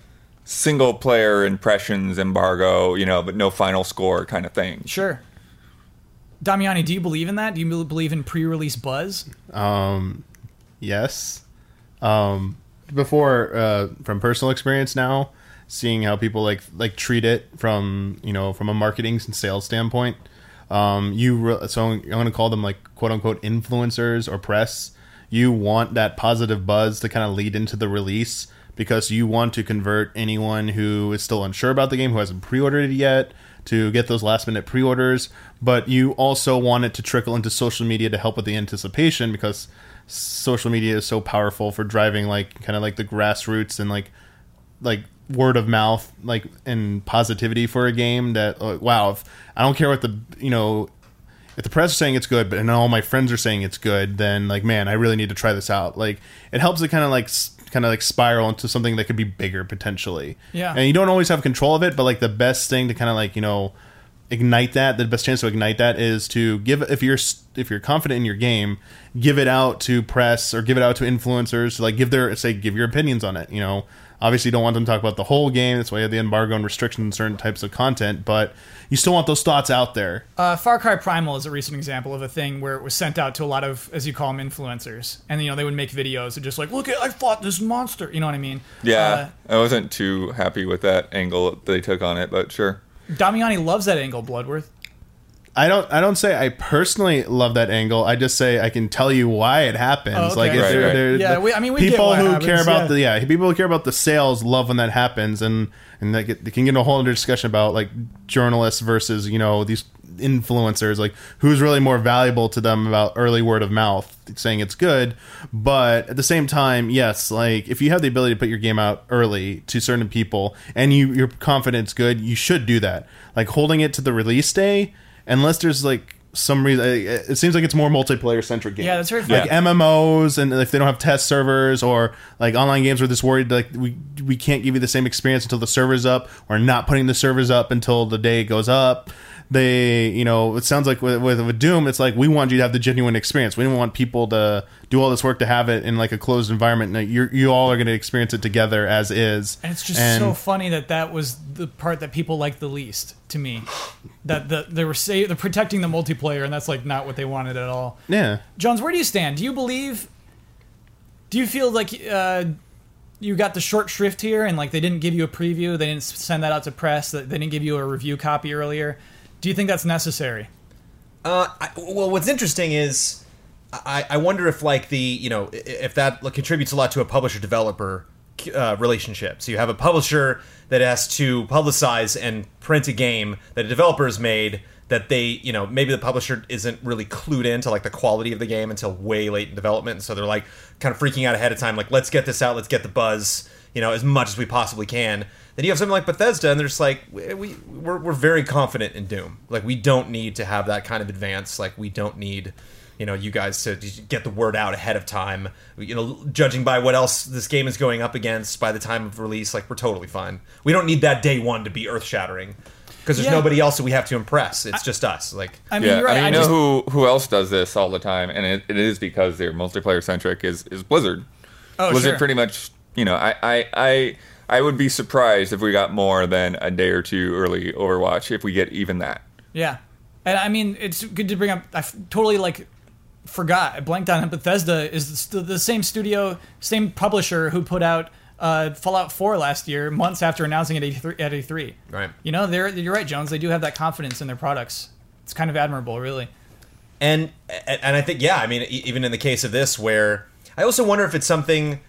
single player impressions embargo, you know, but no final score kind of thing.
Sure. Damiani, do you believe in that? Do you believe in pre-release buzz?
Yes. Um, before uh, from personal experience now, seeing how people like like treat it from you know from a marketing and sales standpoint. Um, you re- so I'm going to call them like quote unquote influencers or press. You want that positive buzz to kind of lead into the release because you want to convert anyone who is still unsure about the game who hasn't pre-ordered it yet to get those last minute pre-orders but you also want it to trickle into social media to help with the anticipation because social media is so powerful for driving like kind of like the grassroots and like like word of mouth like and positivity for a game that like, wow if i don't care what the you know if the press is saying it's good but and all my friends are saying it's good then like man i really need to try this out like it helps it kind of like kind of like spiral into something that could be bigger potentially
Yeah.
and you don't always have control of it but like the best thing to kind of like you know ignite that the best chance to ignite that is to give if you're if you're confident in your game give it out to press or give it out to influencers to like give their say give your opinions on it you know obviously you don't want them to talk about the whole game that's why you have the embargo and restrictions on certain types of content but you still want those thoughts out there
Uh, Far Cry Primal is a recent example of a thing where it was sent out to a lot of, as you call them, influencers, and you know they would make videos of just like, look, at, I fought this monster. You know what I mean? Uh,
Yeah, I wasn't too happy with that angle they took on it, but sure.
Uh, Damiani loves that angle, Bloodworth.
I don't. I don't say I personally love that angle. I just say I can tell you why it happens.
Oh, okay.
Like, if
Right,
there-
right.
there-
Yeah,
the
we- I mean, we get
people
why it
who
happens,
care about
yeah.
the yeah, people who care about the sales love when that happens, and and they, get, they can get into a whole other discussion about like journalists versus you know these influencers, like who's really more valuable to them about early word of mouth saying it's good, but at the same time, yes, like if you have the ability to put your game out early to certain people and you you're confident it's good, you should do that. Like holding it to the release day unless there's like some reason, it it seems like it's more multiplayer centric game.
Yeah, that's very
Like
fair.
MMOs, and if they don't have test servers or like online games, we're just worried like we we can't give you the same experience until the server's up. We're not putting the servers up until the day it goes up. They, you know, it sounds like with, with, with Doom, it's like we want you to have the genuine experience. We don't want people to do all this work to have it in like a closed environment. And you you all are going to experience it together as is.
And it's just so funny that that was the part that people liked the least to me. That the, they were say, they're protecting the multiplayer, and that's like not what they wanted at all.
yeah.
Jones, where do you stand? Do you believe? Do you feel like uh, you got the short shrift here, and like they didn't give you a preview, they didn't s- send that out to press, that they didn't give you a review copy earlier? Do you think that's necessary?
Uh, I, well, what's interesting is I, I wonder if like the you know i- if that like, contributes a lot to a publisher developer uh, relationship. So you have a publisher that has to publicize and print a game that a developer has made that they you know maybe the publisher isn't really clued into like the quality of the game until way late in development and so they're like kind of freaking out ahead of time like let's get this out let's get the buzz you know as much as we possibly can then you have something like Bethesda, and they're just like, we, we we're, we're very confident in Doom. Like we don't need to have that kind of advance. Like we don't need, you know, you guys to j- get the word out ahead of time. You know, judging by what else this game is going up against by the time of release, like we're totally fine. We don't need that day one to be earth shattering because there's
Yeah.
nobody else that we have to impress. It's just us. Like
I mean,
Yeah,
you're right.
I mean,
I
you know
just,
who who else does this all the time, and it, it is because they're multiplayer centric. Is is Blizzard?
Oh,
Blizzard
sure.
pretty much. You know, I, I I I would be surprised if we got more than a day or two early Overwatch if we get even that.
Yeah, and I mean, it's good to bring up. I f- totally like forgot. I blanked on it. Bethesda is st- the same studio, same publisher who put out uh, Fallout 4 last year, months after announcing it at E3. At E3.
Right.
You know, they're you're right, Jones. They do have that confidence in their products. It's kind of admirable, really.
and and and I think yeah, I mean e- even in the case of this, where I also wonder if it's something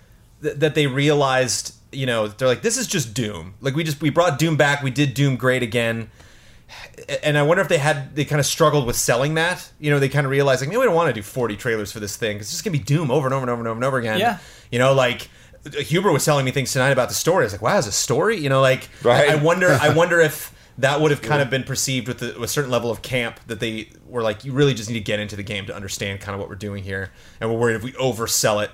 th- that they realized, you know, they're like this is just Doom. Like we just we brought Doom back, we did Doom great again, and I wonder if they had they kind of struggled with selling that. You know, they kind of realized like, man, we don't want to do forty trailers for this thing. It's just gonna be Doom over and over and over and over and over again.
Yeah.
You know, like Huber was telling me things tonight about the story. I was like, wow, is a story? You know, like
Right.
I, I wonder. I wonder if that would have kind of been perceived with a, a certain level of camp that they were like, you really just need to get into the game to understand kind of what we're doing here, and we're worried if we oversell it.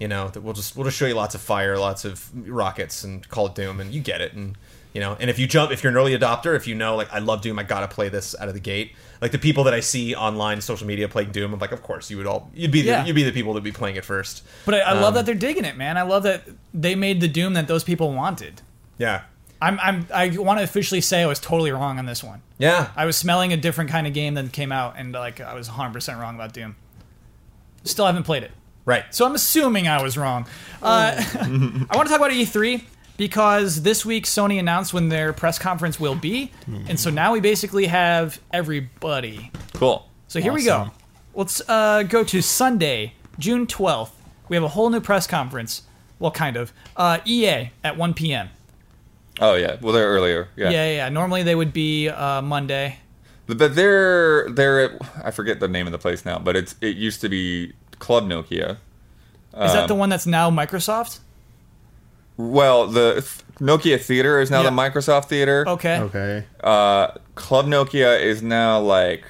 You know, that we'll just we'll just show you lots of fire, lots of rockets, and call it Doom, and you get it, and you know, and if you jump, if you're an early adopter, if you know, like, I love Doom, I gotta play this out of the gate. Like the people that I see online, social media playing Doom, I'm like, of course you would all, you'd be, the,
Yeah.
you'd be the people that'd be playing it first.
But I, I love that they're digging it, man. I love that they made the Doom that those people wanted.
Yeah,
I'm, I'm I want to officially say I was totally wrong on this one.
yeah.
I was smelling a different kind of game than came out, and like I was 100 percent wrong about Doom. Still haven't played it.
right.
So I'm assuming I was wrong. Uh, I want to talk about E3 because this week Sony announced when their press conference will be, and so now we basically have everybody.
Cool.
So here we go.
Awesome.
Let's uh, go to Sunday, June 12th. We have a whole new press conference. Well, kind of. Uh, EA at 1 p.m.
Oh yeah. Well, they're earlier. Yeah.
Yeah, yeah. yeah. Normally they would be uh, Monday.
But they're they're at, I forget the name of the place now, but it's it used to be Club Nokia.
Is that the one that's now Microsoft?
Well, the th- Nokia Theater is now
Yeah.
the Microsoft Theater.
Okay.
Okay.
Uh, Club Nokia is now like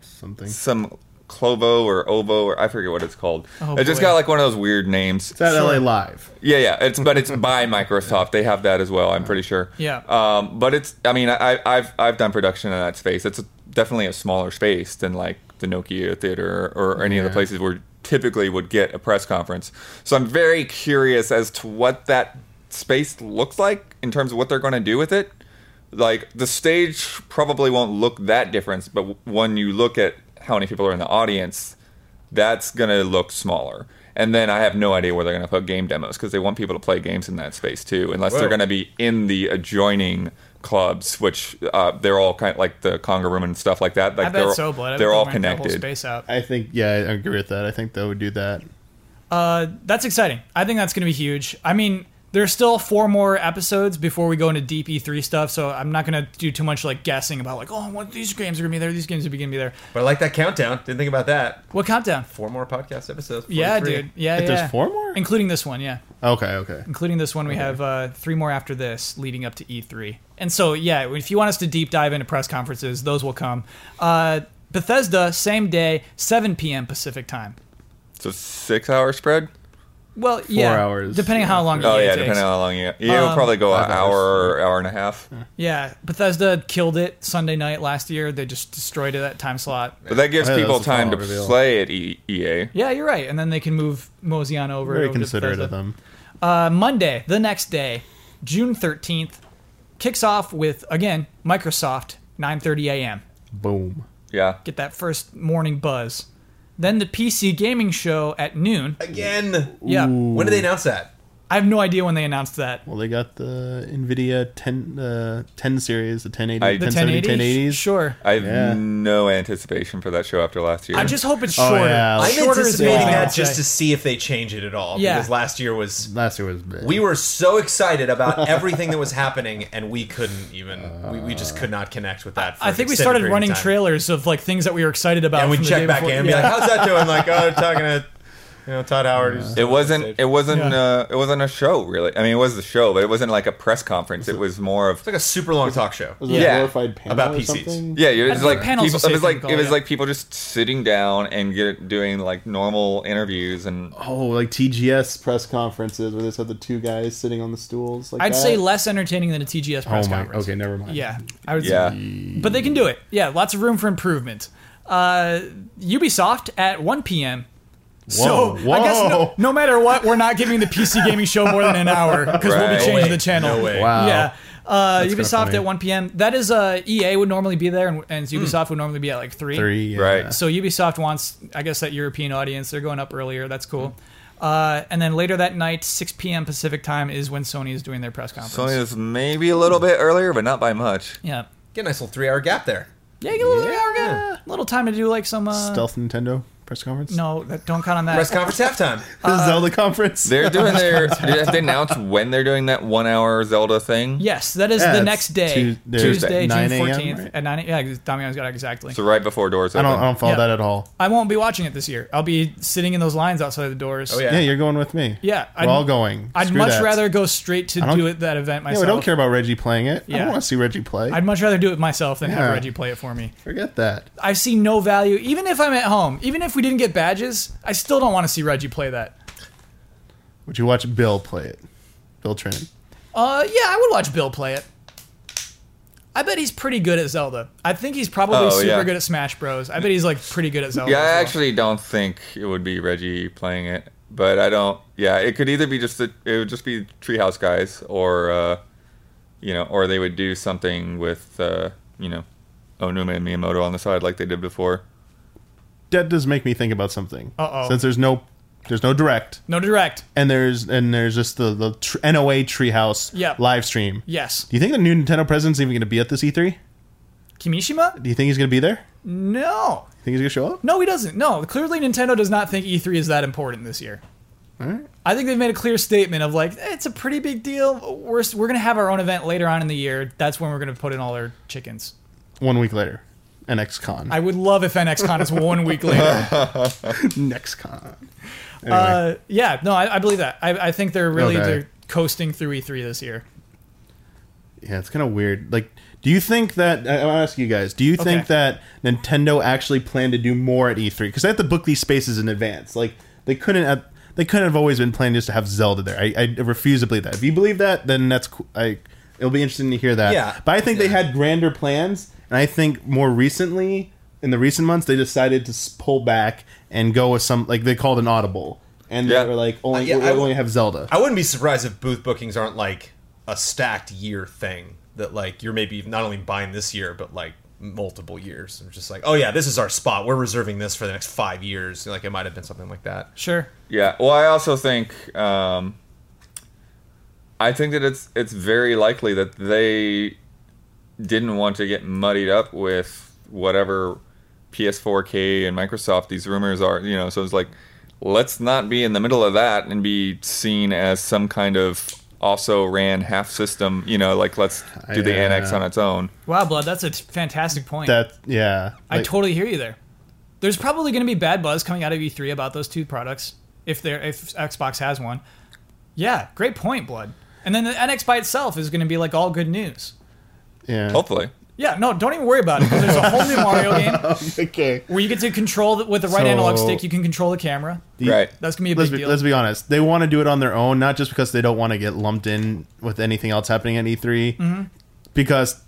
Something.
some Clovo or Ovo or I forget what it's called.
Oh,
it just
boy.
got like one of those weird names.
It's at
Sure.
LA Live.
Yeah, yeah. It's but it's by Microsoft. They have that as well. I'm pretty sure.
Yeah.
Um, but it's. I mean, I, I've I've done production in that space. It's definitely a smaller space than like the Nokia Theater or, any of the
Yeah.
places where typically would get a press conference. So I'm very curious as to what that space looks like in terms of what they're going to do with it. Like the stage probably won't look that different, but w- when you look at how many people are in the audience, that's going to look smaller. And then I have no idea where they're going to put game demos because they want people to play games in that space too, unless
Whoa.
they're going to be in the adjoining clubs, which uh, they're all kind of like the conga room and stuff like that. Like
I
they're,
bet so, but I bet
they're
they
all
ran that whole
connected.
Space out.
I think. Yeah, I agree with that. I think they would do that.
Uh, that's exciting. I think that's going to be huge. I mean, there's still four more episodes before we go into deep E3 stuff, so I'm not going to do too much like guessing about like, oh, what these games are going to be there, these games are going to be there.
But I like that countdown. Didn't think about that.
What countdown?
Four more podcast episodes.
Yeah,
43.
dude. Yeah, yeah.
If there's four more.
including this one. Yeah,
Okay. Okay.
including this one. We have uh, three more after this, leading E up to E3. And so, yeah, if you want us to deep dive into press conferences, those will come. Uh, Bethesda, same day, 7 p.m. Pacific time.
So six hour spread.
Well, yeah,
hours.
Depending on how long.
Oh
EA
yeah,
takes. Um,
depending on how long you. Yeah, it'll probably go an
five hours.
hour or hour and a half.
Yeah, Bethesda killed it Sunday night last year. They just destroyed it that time slot.
But that gives
Yeah,
people
that's the
time to
final reveal.
play at E- EA.
Yeah, you're right. And then they can move Mosey on over.
Very
over to
considerate of
Bethesda.
them.
Uh, Monday, the next day, June 13th, kicks off with again Microsoft 9:30 a.m.
Boom.
Yeah.
Get that first morning buzz. Then the PC gaming show at noon.
Again.
Yeah,
When did they announce that?
I have no idea when they announced that.
Well, they got the Nvidia 10 uh, 10 series, the 1080,
I-
The
1070,
1080s.
1080s.
Sure.
I have
Yeah.
no anticipation for that show after last year.
I just hope it's shorter.
Oh, yeah. I'm
I'm
Shorter is
anticipating
amazing,
that
I'd
just
say.
to see if they change it at all.
Yeah.
Because last year was
Last year was
we were so excited about everything that was happening, and we couldn't even we, we just could not connect with that. For
I
an
think we
extended
started
period of
running
time.
trailers of like things that we were excited about.
and we
from the day
check back in
before.
and be
Yeah.
like, "How's that doing?" Like, "Oh, talking to you know Todd Howard." who's-
it wasn't. It wasn't.
Yeah.
Uh, it wasn't a show really. I mean, it was the show, but it wasn't like a press conference. It was more of
It's like a super long talk show.
it a
Yeah.
glorified panel
About
or
PCs.
something?
Yeah, it was
think
like
panels
people,
is a
it was
safe
like
call,
it was
yeah.
like people just sitting down and get doing like normal interviews and
Oh, like TGS press conferences where they just have the two guys sitting on the stools. Like
I'd
that.
say less entertaining than a TGS press
Oh my.
conference.
Okay, never mind.
Yeah, I would.
yeah.
Say, but they can do it. Yeah, lots of room for improvement. Uh, Ubisoft at 1 p.m. so
Whoa,
I guess no,
whoa.
no matter what, we're not giving the PC gaming show more than an hour because we'll
Right.
be
No
changing
way.
the channel.
No way.
Wow.
Yeah. Uh,
kinda
Ubisoft
funny.
at 1 p.m. That is uh, EA would normally be there, and, and
Hmm.
Ubisoft would normally be at like
Three. yeah.
Right.
so Ubisoft wants, I guess, that European audience. They're going up earlier. That's cool. Uh, and then later that night, 6 p.m. Pacific time is when Sony is doing their press conference.
Sony was maybe a little bit earlier, but not by much.
yeah.
Get a nice little three hour gap there.
Yeah, you get a little, yeah. little time to do like some. Uh,
Stealth Nintendo press conference.
No, uh, that, don't count on that.
Press conference halftime.
Zelda conference.
They're doing their. Have they announced when they're doing that one hour Zelda thing?
yes, that is
Yeah,
the
it's
next day,
Tues- there's
Tuesday,
at 9
June
a.m.,
fourteenth
right?
at nine. Yeah, 'cause Damian's got it exactly.
So right before doors
I
open.
don't. I don't follow
Yeah.
that at all.
I won't be watching it this year. I'll be sitting in those lines outside the doors.
Oh, yeah.
Yeah, you're going with me.
Yeah,
we're
I'd-
all going.
I'd
Screw
much
that.
rather go straight to
don't-
do it that event
Yeah,
myself.
we don't care about Reggie playing it. I
Yeah.
don't want to see Reggie play.
I'd much rather do it myself than
Yeah.
have Reggie play it for me.
Forget that.
I see no value, even if I'm at home. Even if we didn't get badges, I still don't want to see Reggie play that.
Would you watch Bill play it? Bill Trin.
Uh, yeah, I would watch Bill play it. I bet he's pretty good at Zelda. I think he's probably
Oh,
super
yeah.
good at Smash Bros. I bet he's like pretty good at Zelda.
yeah,
as
I
well.
actually don't think it would be Reggie playing it, but I don't. Yeah, it could either be just the, it would just be Treehouse guys, or uh, you know, or they would do something with uh, you know, Onuma and Miyamoto on the side like they did before.
That does make me think about something.
Uh-oh.
Since there's no, there's no direct,
No direct.
and there's and there's just the the tr- NOA Treehouse
Yeah.
live stream.
Yes.
Do you think the new Nintendo president's even going to be at this E3?
Kimishima?
Do you think he's going to be there?
No.
Think he's going to show up?
No, he doesn't. No, clearly Nintendo does not think E3 is that important this year. I think they've made a clear statement of like eh, it's a pretty big deal. We're s- we're gonna have our own event later on in the year. That's when we're gonna put in all our chickens.
One week later, an XCon.
I would love if NXCon is one week later.
NextCon. Anyway,
Uh, yeah, no, I, I believe that. I, I think they're really
Okay.
they're coasting through E3 this year.
yeah, it's kind of weird. Like, do you think that I- I'll ask you guys? Do you think
Okay.
that Nintendo actually planned to do more at E3? Because they have to book these spaces in advance. Like, they couldn't. Have, they couldn't have always been planning just to have Zelda there. I, I refuse to believe that. If you believe that, then that's cool. I. It'll be interesting to hear that.
Yeah.
but I think they had grander plans, and I think more recently, in the recent months, they decided to s- pull back and go with some like they called an audible, and
Yeah.
they were like only
yeah,
we
I w-
only have Zelda.
I wouldn't be surprised if booth bookings aren't like a stacked year thing. That like you're maybe not only buying this year, but like multiple years. It's just like, oh yeah, this is our spot. We're reserving this for the next five years. Like it might have been something like that.
Sure.
Yeah. Well, I also think um, I think that it's it's very likely that they didn't want to get muddied up with whatever PS4K and Microsoft these rumors are. You know, so it's like let's not be in the middle of that and be seen as some kind of also ran half system. You know, like let's do the
Yeah.
annex on its own.
Wow, blood. That's a t- fantastic point.
That yeah,
I
Like-
totally hear you there. There's probably going to be bad buzz coming out of E3 about those two products if they're if Xbox has one. Yeah, great point, blood. And then the NX by itself is going to be like all good news.
Yeah.
Hopefully.
Yeah, no, don't even worry about it because there's a whole new Mario game
okay.
where you get to control the, with the right
So-
analog stick. You can control the camera.
Right.
That's gonna be a
Let's
big
be,
deal.
let's be honest. They want to do it on their own, not just because they don't want to get lumped in with anything else happening at E3,
Mm-hmm.
because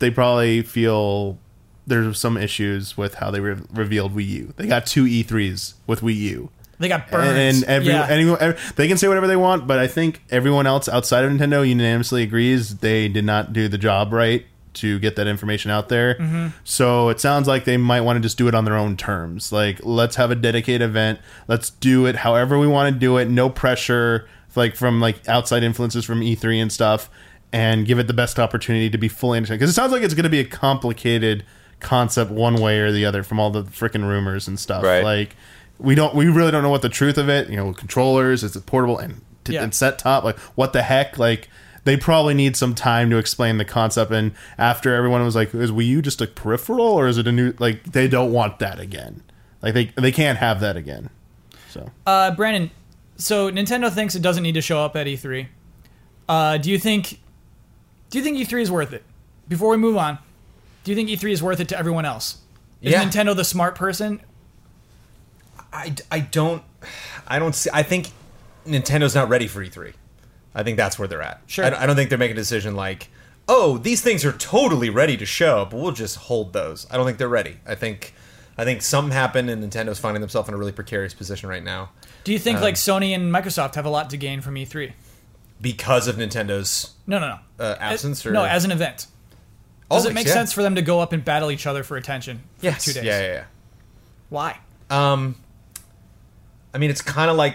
they probably feel there's some issues with how they re- revealed Wii U. They got two E3s with Wii U.
they got burned.
And every,
yeah.
anyone, ev- they can say whatever they want, but I think everyone else outside of Nintendo unanimously agrees they did not do the job right to get that information out there. So it sounds like they might want to just do it on their own terms. Like, let's have a dedicated event. Let's do it however we want to do it. No pressure, like from like outside influences from E3 and stuff, and give it the best opportunity to be fully understood. Because it sounds like it's going to be a complicated concept one way or the other from all the freaking rumors and stuff.
Right.
Like like we don't we really don't know what the truth of it you know controllers is it portable and, t-
Yeah.
and set top like what the heck like they probably need some time to explain the concept and after everyone was like is Wii U just a peripheral or is it a new like they don't want that again like they they can't have that again so
Uh, Brandon, so Nintendo thinks it doesn't need to show up at E3. Uh, do you think? Do you think E3 is worth it? Before we move on, do you think E3 is worth it to everyone else? Is
Yeah.
Nintendo the smart person?
I, I don't I don't see I think Nintendo's not ready for E3. I think that's where they're at.
Sure.
I, I don't think they're making a decision like, oh, these things are totally ready to show, but we'll just hold those. I don't think they're ready. I think I think something happened and Nintendo's finding themselves in a really precarious position right now
Do you think
Uh-huh.
like Sony and Microsoft have a lot to gain from E3?
because of Nintendo's
No, no, no.
uh, absence or
no, as an event. Does it
Always,
make
yeah.
sense for them to go up and battle each other for attention? For
Yes.
Two days.
Yeah, yeah, yeah.
Why?
um i mean it's kind of like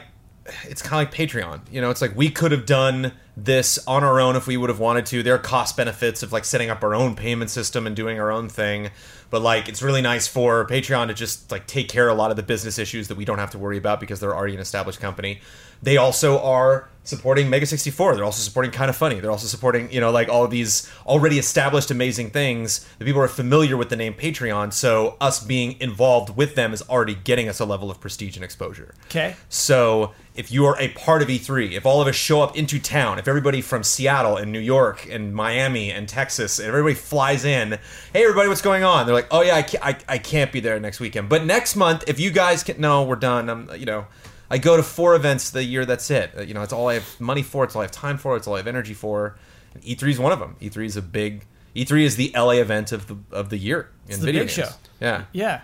it's kind of like patreon you know it's like we could have done this on our own if we would have wanted to there are cost benefits of like setting up our own payment system and doing our own thing but like it's really nice for patreon to just like take care of a lot of the business issues that we don't have to worry about because they're already an established company they also are supporting mega 64 they're also supporting kind of funny they're also supporting you know like all these already established amazing things that people are familiar with the name patreon so us being involved with them is already getting us a level of prestige and exposure
Okay.
so if you are a part of E3, if all of us show up into town, if everybody from Seattle and New York and Miami and Texas, and everybody flies in, hey everybody, what's going on? They're like, oh yeah, I can't, I, I can't be there next weekend, but next month, if you guys can, no, we're done. I'm, you know, I go to four events the year. That's it. Uh, You know, it's all I have money for. It's all I have time for. It's all I have energy for. And E3 is one of them. E3 is a big. E3 is the LA event of the of the year in
the
video
big
games.
show.
Yeah.
Yeah.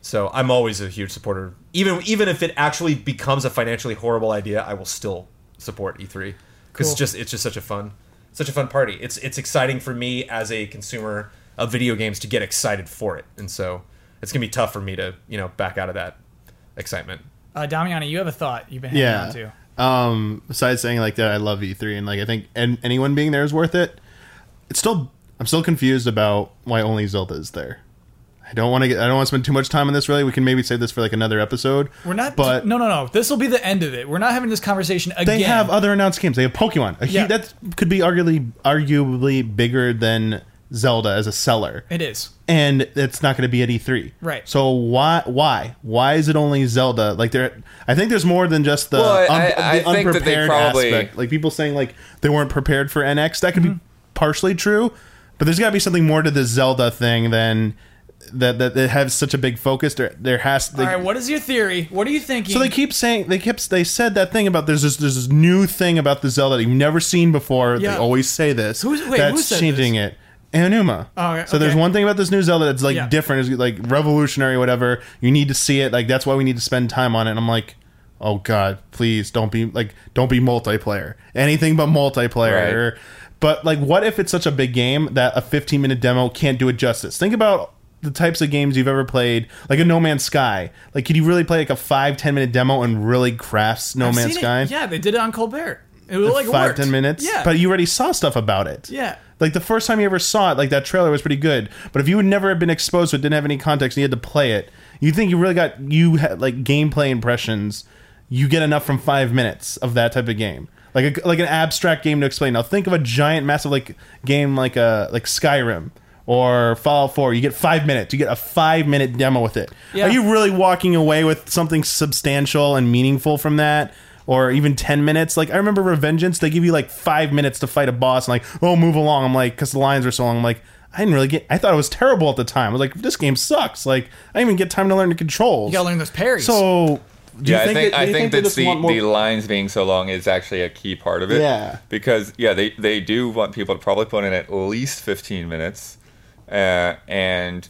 So I'm always a huge supporter. Even even if it actually becomes a financially horrible idea, I will still support E3 because
Cool.
it's just it's just such a fun such a fun party. It's it's exciting for me as a consumer of video games to get excited for it, and so it's gonna be tough for me to you know back out of that excitement.
Uh, Damiani, you have a thought you've been hanging on to.
Um, besides saying like that, I love E3, and like I think and anyone being there is worth it. It's still I'm still confused about why only Zelda is there. I don't want to get I don't want to spend too much time on this. Really, we can maybe save this for like another episode.
We're not.
but
no, no, no. This will be the end of it. We're not having this conversation again.
they have other announced games. They have Pokemon. A hu-
Yeah.
that could be arguably arguably bigger than Zelda as a seller.
it is.
and it's not going to be at E3.
Right.
So why why why is it only Zelda? Like there, I think there's more than just the,
Well, I-
un-
I-
the
I think that they
unprepared
probably-
aspect. Like people saying like they weren't prepared for NX. That could be
Mm-hmm.
partially true, but there's got to be something more to the Zelda thing than that that they have such a big focus. There there has they,
All right. What is your theory? What are you thinking?
so they keep saying they kept they said that thing about there's this there's this new thing about the Zelda that you've never seen before.
Yeah.
They always say this.
Who's- wait, who
that's
said
changing it. Anuma.
Oh, yeah,
So there's
okay.
one thing about this new Zelda that's like
Yeah.
different, is like revolutionary, whatever. You need to see it. Like that's why we need to spend time on it. And I'm like, oh god, please don't be like don't be multiplayer. Anything but multiplayer.
Right.
Or- But like, what if it's such a big game that a 15 minute demo can't do it justice? Think about the types of games you've ever played, like a No Man's Sky. Like, could you really play like a five 10 minute demo and really grasp No
I've
Man's
seen it.
Sky?
Yeah, they did it on Colbert. It was like it
five
worked.
ten minutes.
Yeah.
But you already saw stuff about it.
yeah.
Like the first time you ever saw it, like that trailer was pretty good. But if you would never have been exposed to it, didn't have any context, and you had to play it, you think you really got you had like gameplay impressions. You get enough from five minutes of that type of game, like a, like an abstract game to explain. Now think of a giant, massive like game like a like Skyrim or Fallout Four. You get five minutes. You get a five minute demo with it.
Yeah.
Are you really walking away with something substantial and meaningful from that? Or even 10 minutes. Like, I remember Revengeance, they give you like five minutes to fight a boss and, like, oh, move along. I'm like, because the lines were so long. I'm like, I didn't really get. I thought it was terrible at the time. I was like, this game sucks. Like, I didn't even get time to learn the controls.
You gotta learn those parries.
So, do
yeah,
you think, that, do
I think I
you
think,
they
that's
just
the,
want more-
the lines being so long is actually a key part of it.
Yeah.
Because yeah, they they do want people to probably put in at least fifteen minutes, uh, and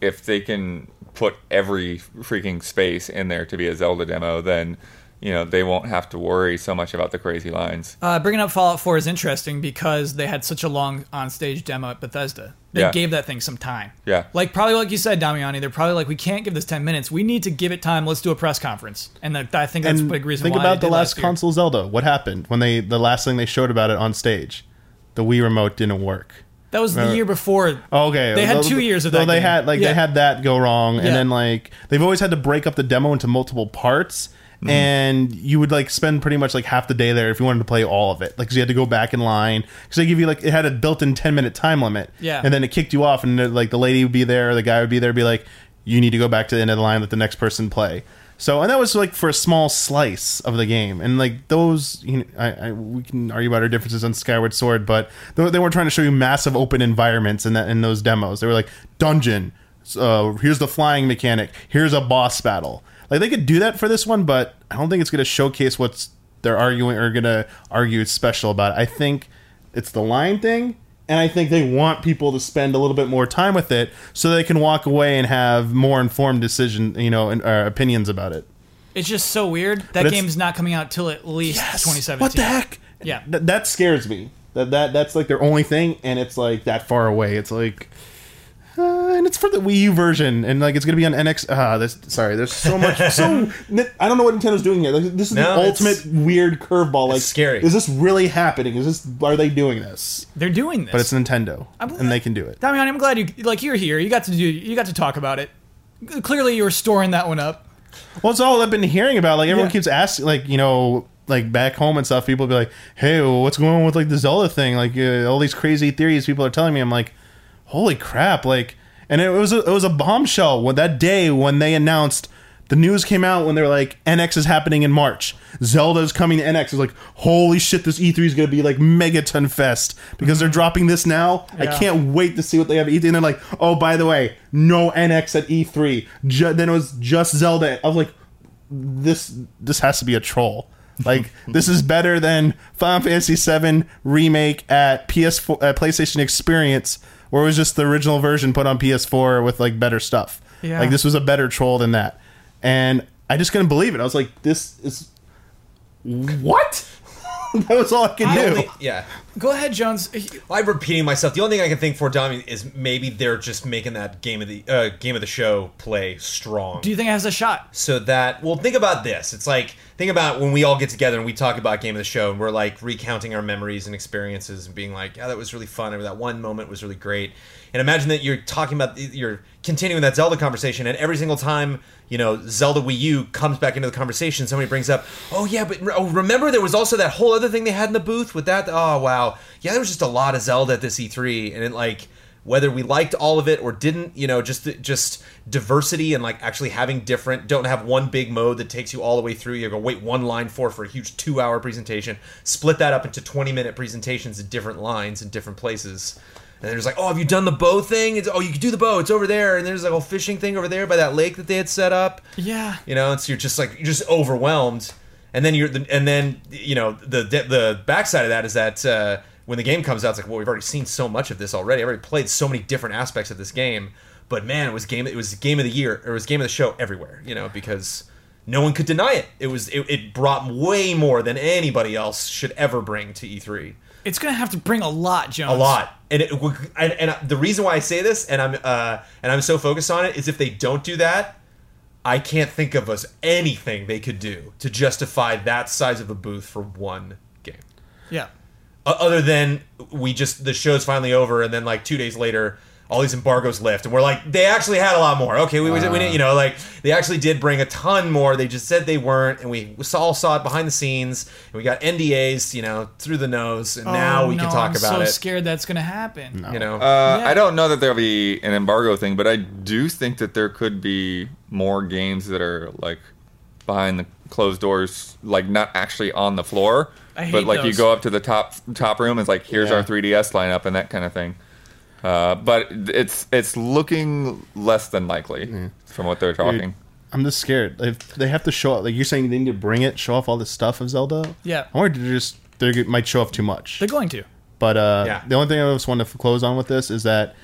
if they can put every freaking space in there to be a Zelda demo, then you know they won't have to worry so much about the crazy lines.
Uh, bringing up Fallout 4 is interesting because they had such a long on-stage demo at Bethesda. They
Yeah.
gave that thing some time.
Yeah.
Like probably like you said, Damiani, they're probably like, we can't give this 10 minutes. We need to give it time. Let's do a press conference. And that, I think that's a
and
big reason
think
why
about
they
the
did
last
year.
console Zelda. What happened when they the last thing they showed about it on stage? The Wii remote didn't work.
That was the
Remember-
year before.
Uh, oh, Okay,
They had
Well,
two years of
well,
that
They
game.
had like
Yeah.
they had that go wrong,
Yeah.
and then like they've always had to break up the demo into multiple parts,
Mm-hmm.
and you would like spend pretty much like half the day there if you wanted to play all of it. Like 'cause you had to go back in line because they give you like it had a built-in ten minute time limit.
Yeah.
and then it kicked you off, and then, like the lady would be there, the guy would be there, be like, you need to go back to the end of the line, let the next person play. So and that was like for a small slice of the game, and like those, you know, I, I we can argue about our differences on Skyward Sword, but they, they weren't trying to show you massive open environments in that in those demos. They were like dungeon, uh, here's the flying mechanic, here's a boss battle. Like they could do that for this one, but I don't think it's going to showcase what's they're arguing or going to argue is special about. It. I think it's the line thing and i think they want people to spend a little bit more time with it so they can walk away and have more informed decision you know and, uh, opinions about it
It's just so weird. That
it's-
game's not coming out till at least 2017.
what the heck
Yeah.
Th- that scares me that, that that's like their only thing and it's like that far away it's like uh, and it's for the Wii U version, and like it's gonna be on NX. Uh, this sorry, there's so much. So I don't know what Nintendo's doing here. Like, this is
No,
the
it's-
ultimate weird curveball. Like,
scary.
Is this really happening? Is this? Are they doing this?
They're doing this.
But it's Nintendo, and they can do it.
Damiani, I'm glad you like you're here. You got to do you got to talk about it. Clearly you were storing that one up.
Well, it's all I've been hearing about. Like everyone
Yeah.
keeps asking, like you know, like back home and stuff. People be like, "Hey, well, what's going on with like the Zelda thing? Like uh, all these crazy theories people are telling me." I'm like, "Holy crap!" Like, and it was a, it was a bombshell when that day when they announced. The news came out when they were like, NX is happening in March. Zelda's coming to NX. It's like, holy shit, this E3 is going to be like Megaton Fest because they're dropping this now. I
Yeah.
can't can't wait to see what they have at E3. And they're like, oh, by the way, no NX at E3. Ju- then it was just Zelda. I was like, this this has to be a troll. Like this is better than Final Fantasy VII remake at PS4 at PlayStation Experience, where it was just the original version put on PS4 with like better stuff.
Yeah.
Like this was a better troll than that, and I just couldn't believe it. I was like, this is what. that was all I could
The
do.
only- yeah.
Go ahead, Jones.
I'm repeating myself. The only thing I can think for Dami is maybe they're just making that game of the uh, game of the show play strong.
Do you think it has a shot?
so that well think about this it's like think about when we all get together and we talk about game of the show and we're like recounting our memories and experiences and being like yeah that was really fun or that one moment was really great and imagine that you're talking about you're continuing that zelda conversation and every single time you know zelda wii u comes back into the conversation somebody brings up oh yeah but oh, remember there was also that whole other thing they had in the booth with that oh wow yeah there was just a lot of zelda at this e3 and it like whether we liked all of it or didn't you know just just diversity and like actually having different don't have one big mode that takes you all the way through you go wait one line for for a huge two hour presentation split that up into 20 minute presentations in different lines in different places and there's like oh have you done the bow thing it's oh you can do the bow it's over there and there's like a fishing thing over there by that lake that they had set up
Yeah.
you know, and so you're just like you're just overwhelmed, and then you're and then you know the the backside of that is that uh, when the game comes out, it's like well we've already seen so much of this already. I've already played so many different aspects of this game, but man, it was game it was game of the year. It was game of the show everywhere, you know, because no one could deny it. It was it, it brought way more than anybody else should ever bring to E E3
It's gonna have to bring a lot, Jones.
a lot. And it, and, and the reason why I say this, and I'm uh, and I'm so focused on it, is if they don't do that, I can't think of us anything they could do to justify that size of a booth for one game,
Yeah.
O- other than we just the show's finally over, and then like two days later. All these embargoes lift, and we're like, they actually had a lot more. Okay, we, we, we didn't, you know, like they actually did bring a ton more. They just said they weren't, and we saw, all saw it behind the scenes, and we got NDAs, you know, through the nose, and now
Oh,
we
no,
can talk
I'm
about
so
it.
scared that's gonna happen.
You know,
Uh,
Yeah.
I don't know that there'll be an embargo thing, but I do think that there could be more games that are like behind the closed doors, like not actually on the floor,
I hate
but like you
those.
go up to the top top room, it's like here's
Yeah.
our 3DS lineup and that kind of thing. Uh, but it's it's looking less than likely from what they're talking.
I'm just scared. If they have to show up, like you're saying, they need to bring it, show off all this stuff of Zelda.
Yeah.
I'm worried they just they might show off too much.
They're going to.
But uh,
Yeah.
the only thing I just want to f- close on with this is that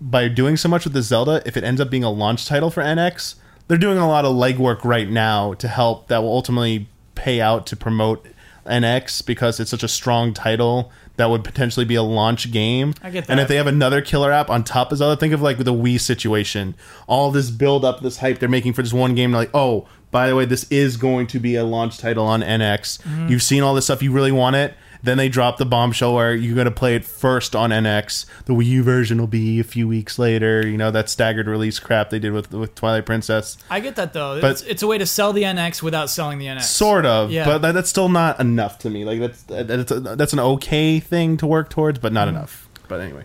by doing so much with the Zelda, if it ends up being a launch title for NX, they're doing a lot of legwork right now to help that will ultimately pay out to promote NX because it's such a strong title that would potentially be a launch game.
I get
And
that.
if they have another killer app on top of Zelda, think of like the Wii situation. All this build up, this hype they're making for this one game, like, oh, by the way, this is going to be a launch title on NX. You've seen all this stuff, you really want it. Then they drop the bombshell where you're going to play it first on NX. The Wii U version will be a few weeks later. You know that staggered release crap they did with with Twilight Princess,
I get that though. it's, it's a way to sell the NX without selling the NX.
sort of.
Yeah.
But that, that's still not enough to me. Like that's that's, that's an okay thing to work towards, but not enough. But anyway,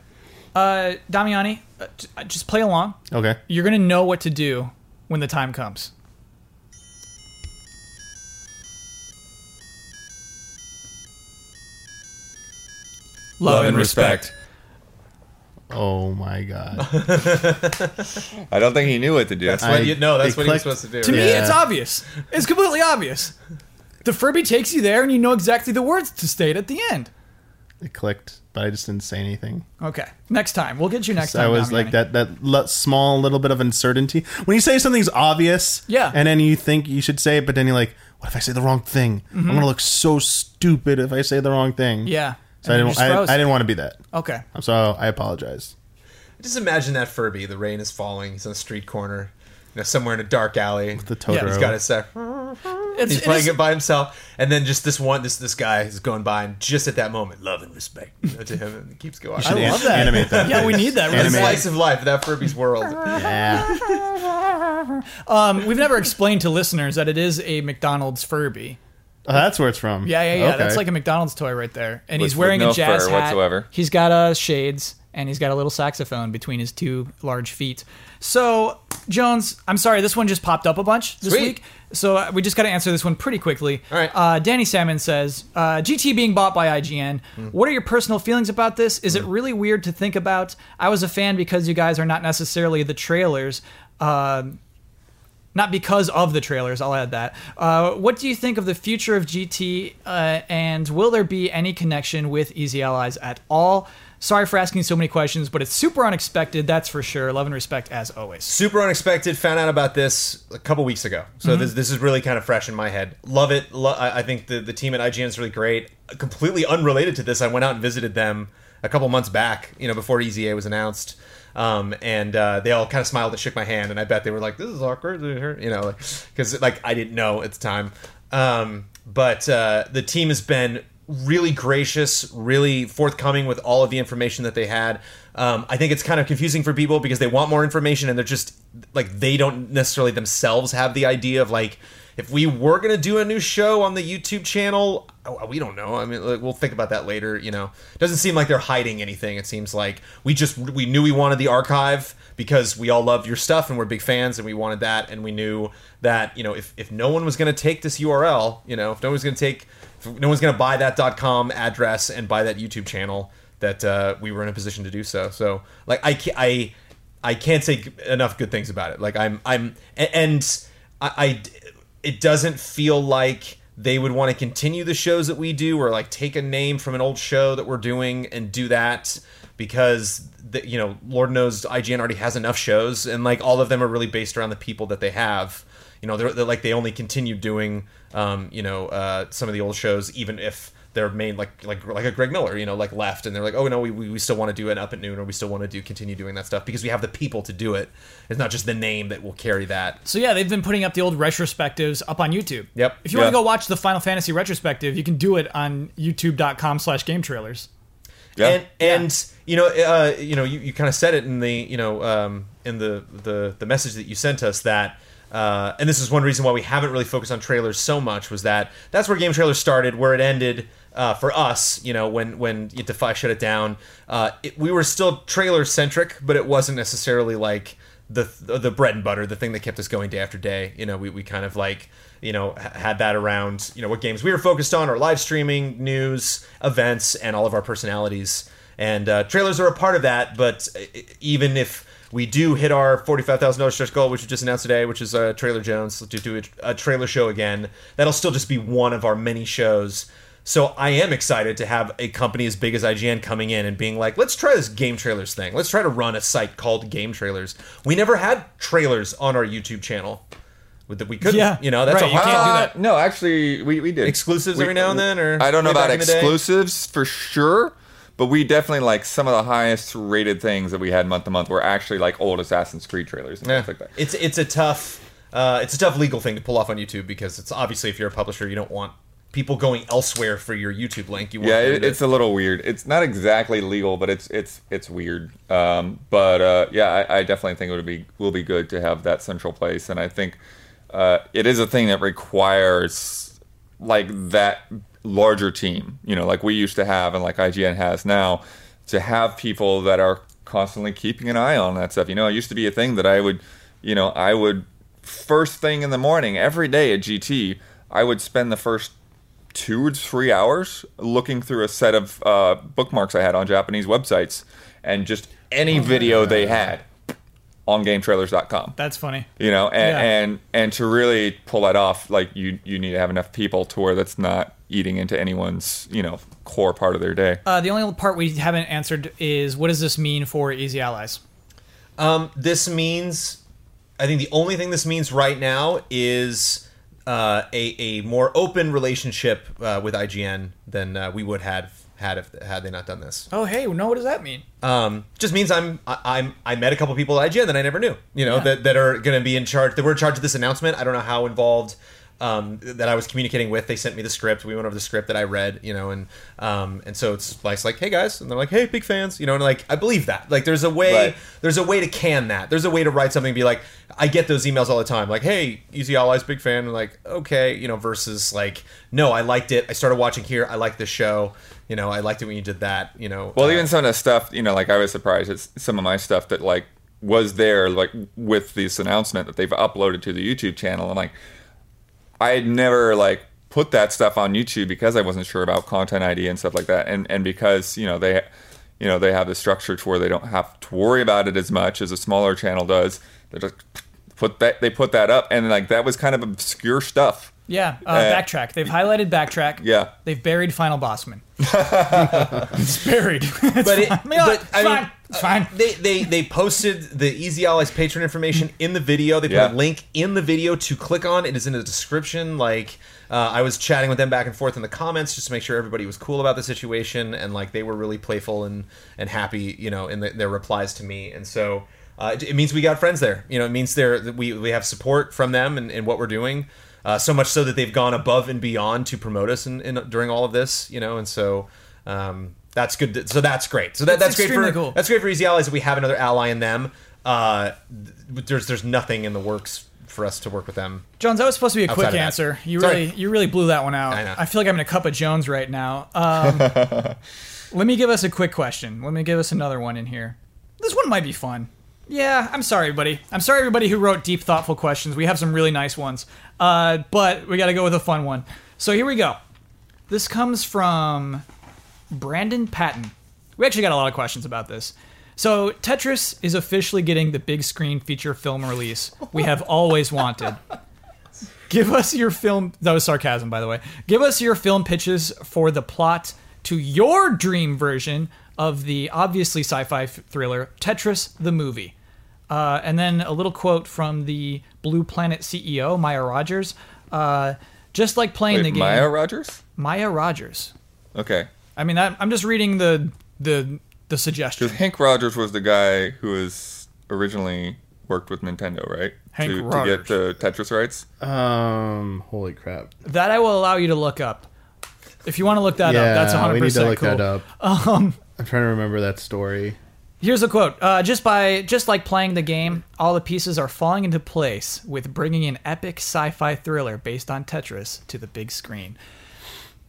uh, Damiani, uh, j- uh, just play along.
okay.
You're gonna know what to do when the time comes.
Love and respect.
Oh my god.
I don't think he knew what to do.
That's what you know. That's
it
what he was
clicked.
supposed to do.
To me,
Yeah.
it's obvious. It's completely obvious. The Furby takes you there, and you know exactly the words to state at the end.
It clicked, but I just didn't say anything.
Okay, next time we'll get you next
So
time.
I was
Damiani.
like that that l- small little bit of uncertainty. When you say something's obvious,
Yeah.
and then you think you should say it, but then you're like, what if I say the wrong thing? I'm gonna look so stupid if I say the wrong thing.
Mm-hmm. Yeah.
So I
And you
didn't.
just
I, I
froze.
didn't want to be that.
Okay.
I'm So I apologize.
Just imagine that Furby. The rain is falling. He's on a street corner, you know, somewhere in a dark alley.
The
Yeah,
Totoro.
He's got his sack.
It's,
He's
it
playing
is-
it by himself, and then just this one, this this guy is going by, and just at that moment, love and respect you know, to him, and it keeps going.
Should
I
an-
love that.
Animate that.
Yeah, we need that.
It's a
Really.
Animate.
slice of life, that Furby's world.
Yeah.
Um, we've never explained to listeners that it is a McDonald's Furby.
Oh, that's where it's from.
Yeah, yeah, yeah.
Okay.
That's like a McDonald's toy right there. And he's
With-
wearing
with no
a jazz
fur
hat.
whatsoever.
He's got uh, shades and he's got a little saxophone between his two large feet. So, Jones, I'm sorry, this one just popped up a bunch this
Sweet.
week. So uh, we just got to answer this one pretty quickly.
All right.
Uh, Danny Salmon says uh, GT being bought by IGN.
Hmm.
What are your personal feelings about this? Is it really weird to think about? I was a fan because you guys are not necessarily the trailers. Um, not because of the trailers. I'll add that. Uh, what do you think of the future of GT, uh, and will there be any connection with Easy Allies at all? Sorry for asking so many questions, but it's super unexpected. That's for sure. Love and respect as always.
Super unexpected. Found out about this a couple weeks ago, so this this is really kind of fresh in my head. Love it. Lo- I I think the the team at IGN is really great. Completely unrelated to this, I went out and visited them a couple months back. You know, before EZA was announced. Um, and uh, they all kind of smiled and shook my hand, and I bet they were like, "This is awkward," you know, because like I didn't know at the time. Um, but uh, the team has been really gracious, really forthcoming with all of the information that they had. Um, I think it's kind of confusing for people because they want more information and they're just like they don't necessarily themselves have the idea of like if we were gonna do a new show on the YouTube channel, oh, we don't know. I mean, like, we'll think about that later. You know, doesn't seem like they're hiding anything. It seems like we just we knew we wanted the archive because we all love your stuff and we're big fans and we wanted that and we knew that you know if if no one was gonna take this URL, you know, if no one's gonna take if no one's going to buy that .com address and buy that YouTube channel that uh, we were in a position to do so. So like I ca- I I can't say g- enough good things about it. Like I'm I'm a- and I, I d- it doesn't feel like they would want to continue the shows that we do or like take a name from an old show that we're doing and do that because the, you know lord knows ign already has enough shows and like all of them are really based around the people that they have you know, they're, they're like they only continue doing, um, you know, uh, some of the old shows, even if they're made like like like a Greg Miller, you know, like left, and they're like, oh no, we, we we still want to do an up at noon, or we still want to do continue doing that stuff because we have the people to do it. It's not just the name that will carry that.
So yeah, they've been putting up the old retrospectives up on YouTube.
Yep.
If you want
Yeah.
to go watch the Final Fantasy retrospective, you can do it on YouTube.com/slash Game Trailers.
Yeah.
And and you know, uh, you know, you, you kind of said it in the you know um, in the, the the message that you sent us that. Uh, and this is one reason why we haven't really focused on trailers so much was that that's where game trailers started, where it ended uh, for us. You know, when when Defy shut it down, uh, it, we were still trailer centric, but it wasn't necessarily like the the bread and butter, the thing that kept us going day after day. You know, we, we kind of like you know h- had that around you know what games we were focused on, our live streaming, news, events, and all of our personalities. and uh, trailers are a part of that. But uh, even if we do hit our forty-five thousand dollars stretch goal, which we just announced today, which is uh, Trailer Jones to do a, a trailer show again. That'll still just be one of our many shows. So I am excited to have a company as big as IGN coming in and being like, let's try this game trailers thing. Let's try to run a site called Game Trailers. We never had trailers on our YouTube channel. With that we couldn't,
Yeah,
you know, that's
right,
a
you
hard
can't do that.
Uh, no, actually, we, we did
Exclusives
We-
every now and then, or
I don't know
way back
about
in the day?
exclusives for sure, but we definitely like some of the highest rated things that we had month to month were actually like old Assassin's Creed trailers and stuff like that.
It's it's a tough uh, it's a tough legal thing to pull off on YouTube because it's obviously if you're a publisher, you don't want people going elsewhere for your YouTube link. You want
Yeah,
them
it,
to-
it's a little weird. It's not exactly legal, but it's it's it's weird. Um, but uh, yeah, I, I definitely think it would be will be good to have that central place, and I think uh, it is a thing that requires like that larger team. You know, like we used to have, and like IGN has now, to have people that are constantly keeping an eye on that stuff. You know, it used to be a thing that I would, you know, I would first thing in the morning every day at GT, I would spend the first two or three hours looking through a set of uh, bookmarks I had on Japanese websites and just any video they had on GameTrailers.com.
That's funny.
You know, and,
Yeah.
and and to really pull that off, like you you need to have enough people to where that's not eating into anyone's you know core part of their day.
Uh, the only part we haven't answered is what does this mean for Easy Allies?
Um, this means, I think the only thing this means right now is uh, a a more open relationship uh, with IGN than uh, we would have had if had they not done this.
Oh, hey, no, what does that mean?
Um, just means I'm I, I'm I met a couple people at IGN that I never knew. You know that that are going to be in charge. That were in charge of this announcement. I don't know how involved. Um, that I was communicating with, they sent me the script. We went over the script that I read, you know, and um, and so it's like, like, hey guys, and they're like, hey, big fans, you know, and like I believe that. Like, there's a way,
Right.
there's a way to can that. There's a way to write something and be like, I get those emails all the time, like, hey, Easy Allies, big fan, and like, okay, you know, versus like, no, I liked it. I started watching here. I liked this show. You know, I liked it when you did that. You know,
Well,
uh,
even some of the stuff, you know, like I was surprised at s- some of my stuff that like was there, like with this announcement that they've uploaded to the YouTube channel. I'm like, I had never like put that stuff on YouTube because I wasn't sure about content ID and stuff like that, and and because you know they, you know, they have the structure to where they don't have to worry about it as much as a smaller channel does. They just put that they put that up, and like that was kind of obscure stuff.
Yeah, uh,
Uh,
backtrack. They've highlighted backtrack.
Yeah.
They've buried Final Bossman. it's buried. It's
but it,
fine. Yeah,
but,
it's
I
fine.
mean,
it's fine.
They, they they posted the Easy Allies patron information in the video. They put
Yeah.
a link in the video to click on. It is in the description. Like uh, I was chatting with them back and forth in the comments just to make sure everybody was cool about the situation and like they were really playful and and happy, you know, in the, their replies to me. And so uh, it, it means we got friends there. You know, it means they're that we we have support from them and, and what we're doing. Uh, so much so that they've gone above and beyond to promote us in, in, during all of this, you know, and so um, that's good. So that's great. So that,
That's
that's great for
extremely cool.
that's great for Easy Allies. That we have another ally in them. Uh, th- there's there's nothing in the works for us to work with them.
Jones, that was supposed to be a
Outside
quick
of that.
answer. You
Sorry.
really, you really blew that one out.
I know.
feel like I'm in a cup of Jones right now. Um, let me give us a quick question. Let me give us another one in here. This one might be fun. Yeah, I'm sorry, everybody. I'm sorry, everybody who wrote deep, thoughtful questions. We have some really nice ones, uh, but we got to go with a fun one. So here we go. This comes from Brandon Patton. We actually got a lot of questions about this. So, Tetris is officially getting the big screen feature film release we have always wanted. Give us your film. That was sarcasm, by the way. Give us your film pitches for the plot to your dream version of the obviously sci fi thriller Tetris the movie. Uh, and then a little quote from the Blue Planet CEO, Maya Rogers. Uh, just like playing the
Wait,
game.
Maya Rogers.
Maya Rogers.
Okay,
I mean, that, I'm just reading the the the suggestion.
Hank Rogers was the guy who was originally worked with Nintendo, right?
Hank
to,
Rogers.
to get the Tetris rights.
Um, holy crap.
That I will allow you to look up. If you want to look that
yeah,
up, that's 100
we need to
percent
look
cool. Um,
that up. I'm trying to remember that story.
Here's a quote: uh, Just by just like playing the game, all the pieces are falling into place with bringing an epic sci-fi thriller based on Tetris to the big screen.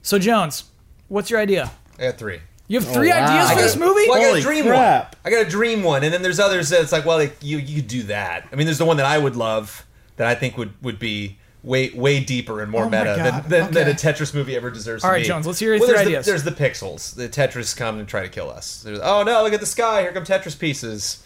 So Jones, what's your idea?
I got three.
You have three
wow.
ideas for this movie?
Well, Oh, I got
Holy
a dream
crap.
one. I got a dream one, and then there's others that it's like, well, like, you you could do that. I mean, there's the one that I would love that I think would would be way way deeper and more
Oh my
meta
God,
than, than, than
okay.
a Tetris movie ever deserves.
All
to
right,
be.
Jones, let's hear your
well,
three
there's
ideas.
The, there's the pixels. The Tetris come and try to kill us. There's, oh no! Look at the sky. Here come Tetris pieces.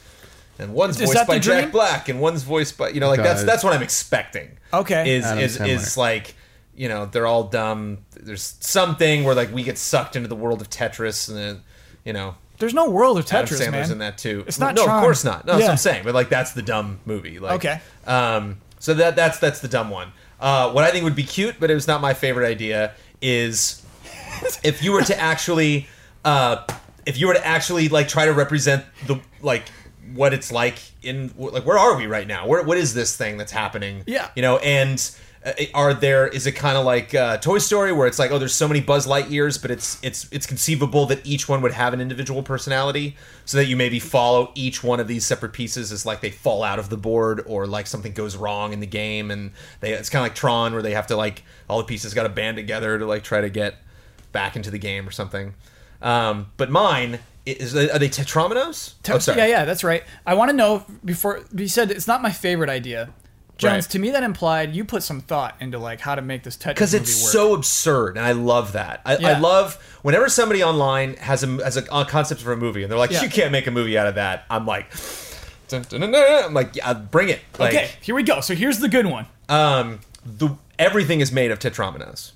And one's
Is that
voiced by
the dream?
Jack Black, and one's voiced by you know like that's
God.
that's what I'm expecting.
Okay.
is
Adam
is, is
Sandler.
like you know they're all dumb. There's something where like we get sucked into the world of Tetris, and then you know
There's no world of
Adam
Tetris,
Sandler's
man.
in that too.
It's not
No,
Tron.
of course not. No, that's what
Yeah.
I'm saying. But like that's the dumb movie. Like
Okay.
Um. So that that's that's the dumb one. Uh, what I think would be cute, but it was not my favorite idea, is if you were to actually, uh, if you were to actually like try to represent the like what it's like in like where are we right now? Where what is this thing that's happening?
Yeah.
You know, and uh, are there is it kind of like uh, Toy Story where it's like oh there's so many Buzz Lightyears, but it's it's it's conceivable that each one would have an individual personality, so that you maybe follow each one of these separate pieces as like they fall out of the board or like something goes wrong in the game, and they it's kind of like Tron where they have to like all the pieces got to band together to like try to get back into the game or something. Um, but mine is are they Tetrominoes? oh, sorry.
Yeah, yeah, that's right. I want to know before you said it's not my favorite idea. Jones,
Right.
to me that implied you put some thought into like how to make this Tetris
because
movie
it's
work.
so absurd, and I love that. I,
Yeah.
I love whenever somebody online has a has a, a concept for a movie, and they're like,
Yeah.
"You can't make a movie out of that." I'm like, dun, dun, dun, dun. I'm like, yeah, bring it. Like,
okay, here we go. So here's the good one.
um, the everything is made of tetrominoes,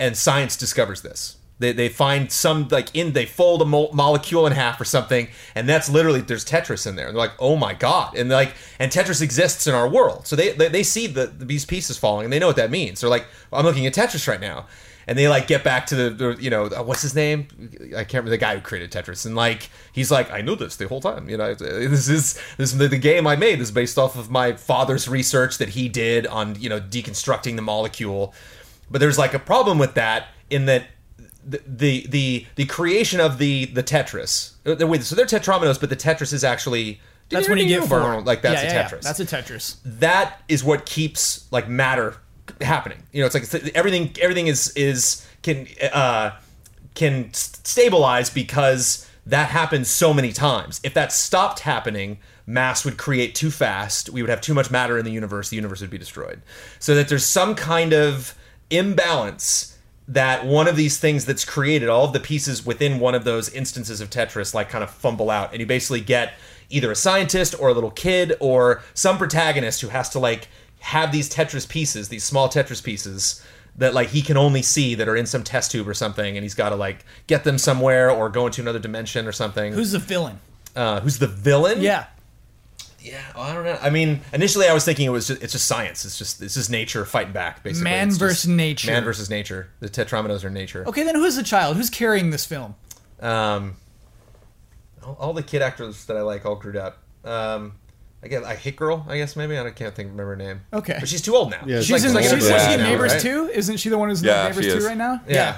and science discovers this. They, they find some like in they fold a mo- molecule in half or something, and that's literally there's Tetris in there. And they're like, oh my god, and like and Tetris exists in our world, so they they, they see the these pieces falling and they know what that means. They're like, I'm looking at Tetris right now, and they like get back to the, the you know uh, what's his name? I can't remember the guy who created Tetris, and like he's like, I knew this the whole time. You know, uh, this is this the, the game I made is based off of my father's research that he did on you know deconstructing the molecule, but there's like a problem with that in that the the the, the creation of the the Tetris. uh, Wait, so they're tetrominoes, but the Tetris is actually
That's when you get four.
like that's
Yeah, yeah,
a
yeah.
Tetris Mm.
That's a Tetris.
that is what keeps like matter happening. You know, it's like it's- everything everything is is can uh can s- stabilize because that happens so many times. If that stopped happening, mass would create too fast. We would have too much matter in the universe. The universe would be destroyed. So that there's some kind of imbalance that one of these things that's created, all of the pieces within one of those instances of Tetris, like kind of fumble out, and you basically get either a scientist or a little kid or some protagonist who has to like have these Tetris pieces, these small Tetris pieces that like he can only see that are in some test tube or something, and he's got to like get them somewhere or go into another dimension or something.
Who's the villain?
uh, who's the villain?
Yeah.
yeah. well, I don't know. I mean, initially I was thinking it was just, it's just science. It's just it's just nature fighting back, basically.
Man
It's just
versus nature.
Man versus nature. The Tetrominoes are nature.
Okay, then who's the child? Who's carrying this film?
Um, all, all the kid actors that I like all grew up. Um, I guess I hit girl. I guess maybe I don't- can't think remember her name.
Okay.
but she's too old now.
Yeah,
She's in,
like
she's
older
she's in
than now,
Neighbors
right?
too, isn't she? The one who's in
Yeah,
Neighbors
she
too
is.
right now.
Yeah.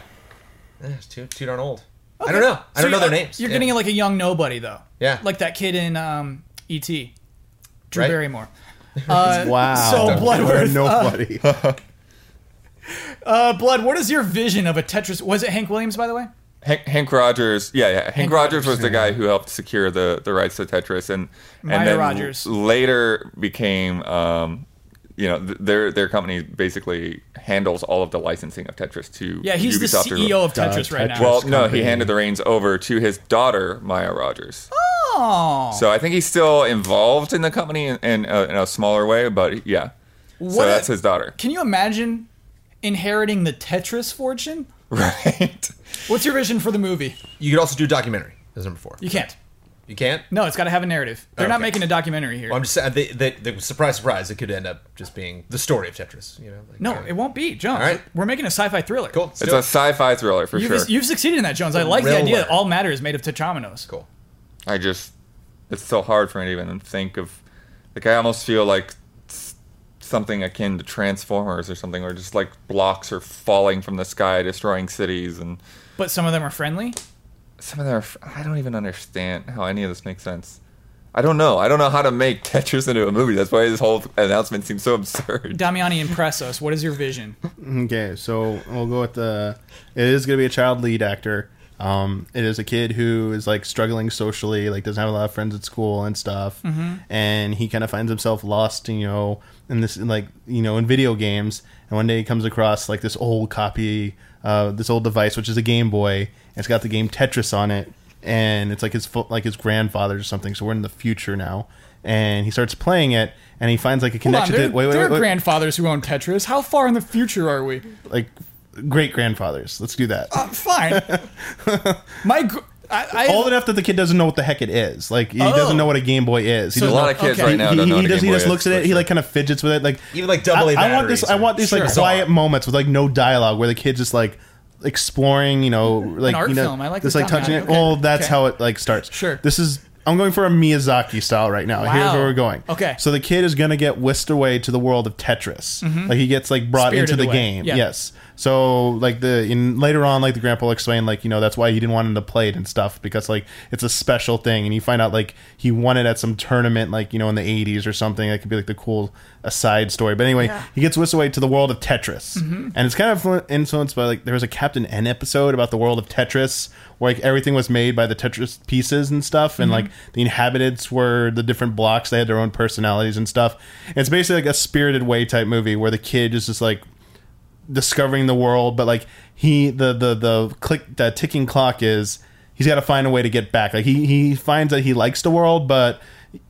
yeah. it's too too darn old. I don't
Okay.
know. I
So
don't know
you're-
their names.
You're
Yeah.
getting like a young nobody though.
Yeah.
Like that kid in um, E.T. Drew
Right.
Barrymore. Uh,
Wow.
So Bloodworth.
Nobody.
Uh, Blood, what is your vision of a Tetris? Was it Hank Williams, by the way?
Hank, Hank Rogers, yeah, yeah. Hank,
Hank
Rogers was
Rogers.
the guy who helped secure the, the rights to Tetris, and
Maya
and then
Rogers.
l- later became, um, you know, th- their their company basically handles all of the licensing of Tetris to
Yeah, he's
Ubisoft
the E
or-
CEO of Tetris
Uh,
right now.
Tetris.
Well, no,
company.
he handed the reins over to his daughter Maya Rogers.
oh,
So I think he's still involved in the company in, in, a, in a smaller way, but yeah. so
What a-
that's his daughter,
can you imagine inheriting the Tetris fortune?
right?
What's your vision for the movie?
You could also do a documentary. That's number four.
You can't.
You can't.
No, it's got to have a narrative. They're not
Okay.
making a documentary here.
Well, I'm just saying. They, they, they, surprise, surprise. It could end up just being the story of Tetris. You know. Like,
no,
I don't
it
know.
won't be, Jones.
All right.
We're making a sci-fi thriller.
Cool. let's
It's
do
a
it.
sci-fi thriller for
You've,
sure.
you've succeeded in that, Jones. I like the idea
Thriller.
that all matter is made of tetrominoes.
cool.
I just it's so hard for me to even think of like I almost feel like s- something akin to Transformers or something where just like blocks are falling from the sky destroying cities and
But some of them are friendly.
some of them are, f- I don't even understand how any of this makes sense. I don't know. I don't know how to make Tetris into a movie. That's why this whole announcement seems so absurd.
Damiani, impress us. What is your vision?
Okay, so we'll go with the. It is going to be a child lead actor. Um, it is a kid who is like struggling socially, like doesn't have a lot of friends at school and stuff,
Mm-hmm.
and he kind of finds himself lost, you know, in this like you know in video games, And one day he comes across like this old copy, uh, this old device, which is a Game Boy, and it's got the game Tetris on it, and it's like his fo- like his grandfather's or something. So we're in the future now, and he starts playing it, and he finds like a
Hold on,
connection
there,
to wait, wait,
there
wait,
are
wait,
grandfathers who own Tetris. How far in the future are we?
like great grandfathers. Let's do that.
Uh, fine. My, gr- I, I
old enough that the kid doesn't know what the heck it is. Like he doesn't know what a Game Boy is. He
So
doesn't
A lot
know-
of kids
Okay.
right now
he,
don't
he
know. what a
just he
Game
just
Boy
looks
is,
at it. He
for
like kind of fidgets with it. Like
Even, like, double
I-
A
I want this.
batteries
I
or-
want these like
Sure.
quiet moments with like no dialogue where the kid's just like exploring. You know, like
art
you know,
film. I like
just
the
like touching it.
dialogue. Okay.
Well, that's
Okay.
how it like starts.
Sure.
This is. I'm going for a Miyazaki style right now. Here's
Wow.
where we're going.
Okay.
So the kid is gonna get whisked away to the world of Tetris. Like he gets like
Mm-hmm.
brought
Spirited
into the
away.
game.
Yeah.
Yes. So like the in later on, like the grandpa explained, like you know that's why he didn't want him to play it and stuff because like it's a special thing, and you find out like he won it at some tournament, like you know in the '80s or something. That could be like the cool aside story. But anyway, he gets whisked away to the world of Tetris, and it's kind of influ- influenced by like there was a Captain N episode about the world of Tetris where like everything was made by the Tetris pieces and stuff, and like the inhabitants were the different blocks. They had their own personalities and stuff. And it's basically like a Spirited Way type movie where the kid is just like discovering the world, but like he the the the click the ticking clock is he's got to find a way to get back. Like he he finds that he likes the world, but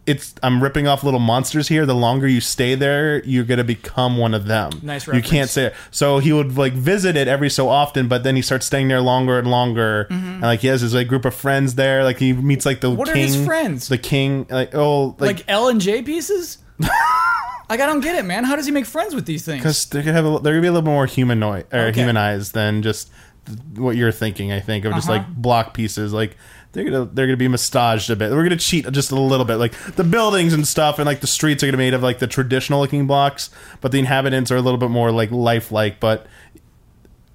it's I'm ripping off little monsters here. The longer you stay there, you're gonna become one of them.
Nice
You can't
reference.
stay there. So he would like visit it every so often, but then he starts staying there longer and longer. And like he has his like group of friends there. Like he meets like the
Mm-hmm. What are
king,
his friends?
the king. Like oh
like L and J pieces. like I don't get it, man. How does he make friends with these things?
because they're gonna have a, they're gonna be a little more humanoid or
Okay.
humanized than just th- what you're thinking. I think of just
Uh-huh.
like block pieces. Like they're gonna they're gonna be massaged a bit. We're gonna cheat just a little bit. Like the buildings and stuff and like the streets are gonna be made of like the traditional looking blocks, but the inhabitants are a little bit more like lifelike. But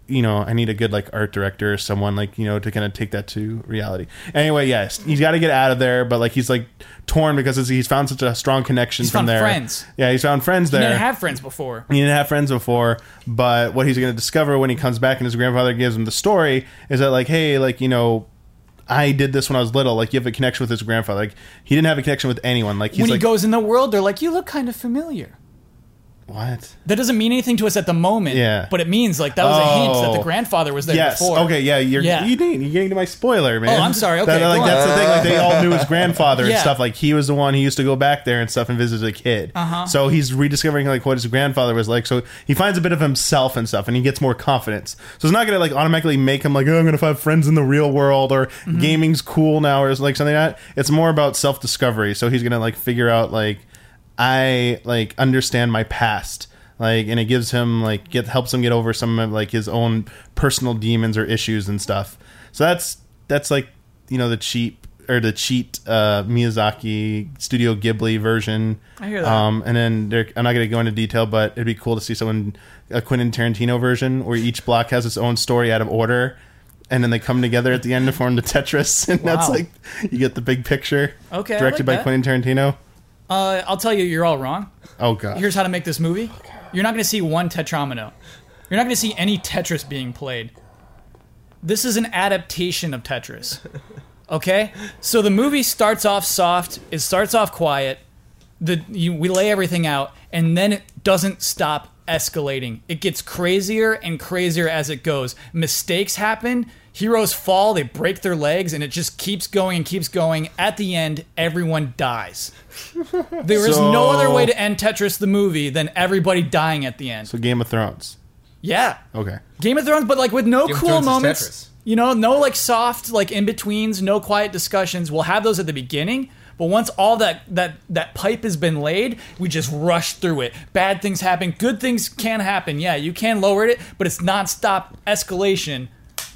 you know, I need a good like art director or someone like you know to kind of take that to reality. Anyway, yes, he's got to get out of there, but like he's like torn because it's- he's found such a strong connection from
found
there.
friends.
Yeah, he's found friends there.
He didn't have friends before.
He didn't have friends before, but what he's going to discover when he comes back and his grandfather gives him the story is that, like, hey, like, you know, I did this when I was little. Like, you have a connection with his grandfather. Like, he didn't have a connection with anyone. Like, he's
when
like,
he goes in the world, they're like, "You look kind of familiar."
what?
That doesn't mean anything to us at the moment.
Yeah.
But it means like that was a hint that
Oh.
the grandfather was there
Yes.
before.
Okay. Yeah. You're.
Yeah. Oh,
You didn't, you're getting to my spoiler, man.
I'm sorry, okay,
That- like,
go
that's
on.
the thing. Like they all knew his grandfather and
Yeah.
stuff. Like he was the one. He used to go back there and stuff and visit as a kid. Uh-huh. So he's rediscovering like what his grandfather was like. So he finds a bit of himself and stuff, and he gets more confidence. So it's not gonna like automatically make him like, oh, I'm gonna find friends in the real world or
Mm-hmm.
gaming's cool now or like something like that. It's more about self discovery. So he's gonna like figure out like I like understand my past. Like and it gives him like get helps him get over some of like his own personal demons or issues and stuff. So that's that's like you know the cheap or the cheat uh, Miyazaki Studio Ghibli version.
I hear that.
Um, and then there, I'm not going to go into detail, but it'd be cool to see someone a Quentin Tarantino version where each block has its own story out of order, and then they come together at the end to form the Tetris, and that's
Wow.
like you get the big picture.
Okay, I like
directed by
that.
Quentin Tarantino.
Uh, I'll tell you, you're all wrong.
Oh god,
Here's how to make this movie. You're not going to see one Tetramino. You're not going to see any Tetris being played. This is an adaptation of Tetris. Okay? So the movie starts off soft, it starts off quiet. The you, we lay everything out and then it doesn't stop escalating. It gets crazier and crazier as it goes. Mistakes happen, heroes fall, they break their legs and it just keeps going and keeps going. At the end, everyone dies. There is no
So-
other way to end Tetris the movie than everybody dying at the end.
so Game of Thrones.
yeah.
Okay,
Game of Thrones, but like with no
of
cool
Thrones is Tetris.
moments. You know, no like soft like in betweens, no quiet discussions. We'll have those at the beginning, but once all that that that pipe has been laid, we just rush through it. Bad things happen, good things can happen. Yeah, you can lower it, but it's nonstop escalation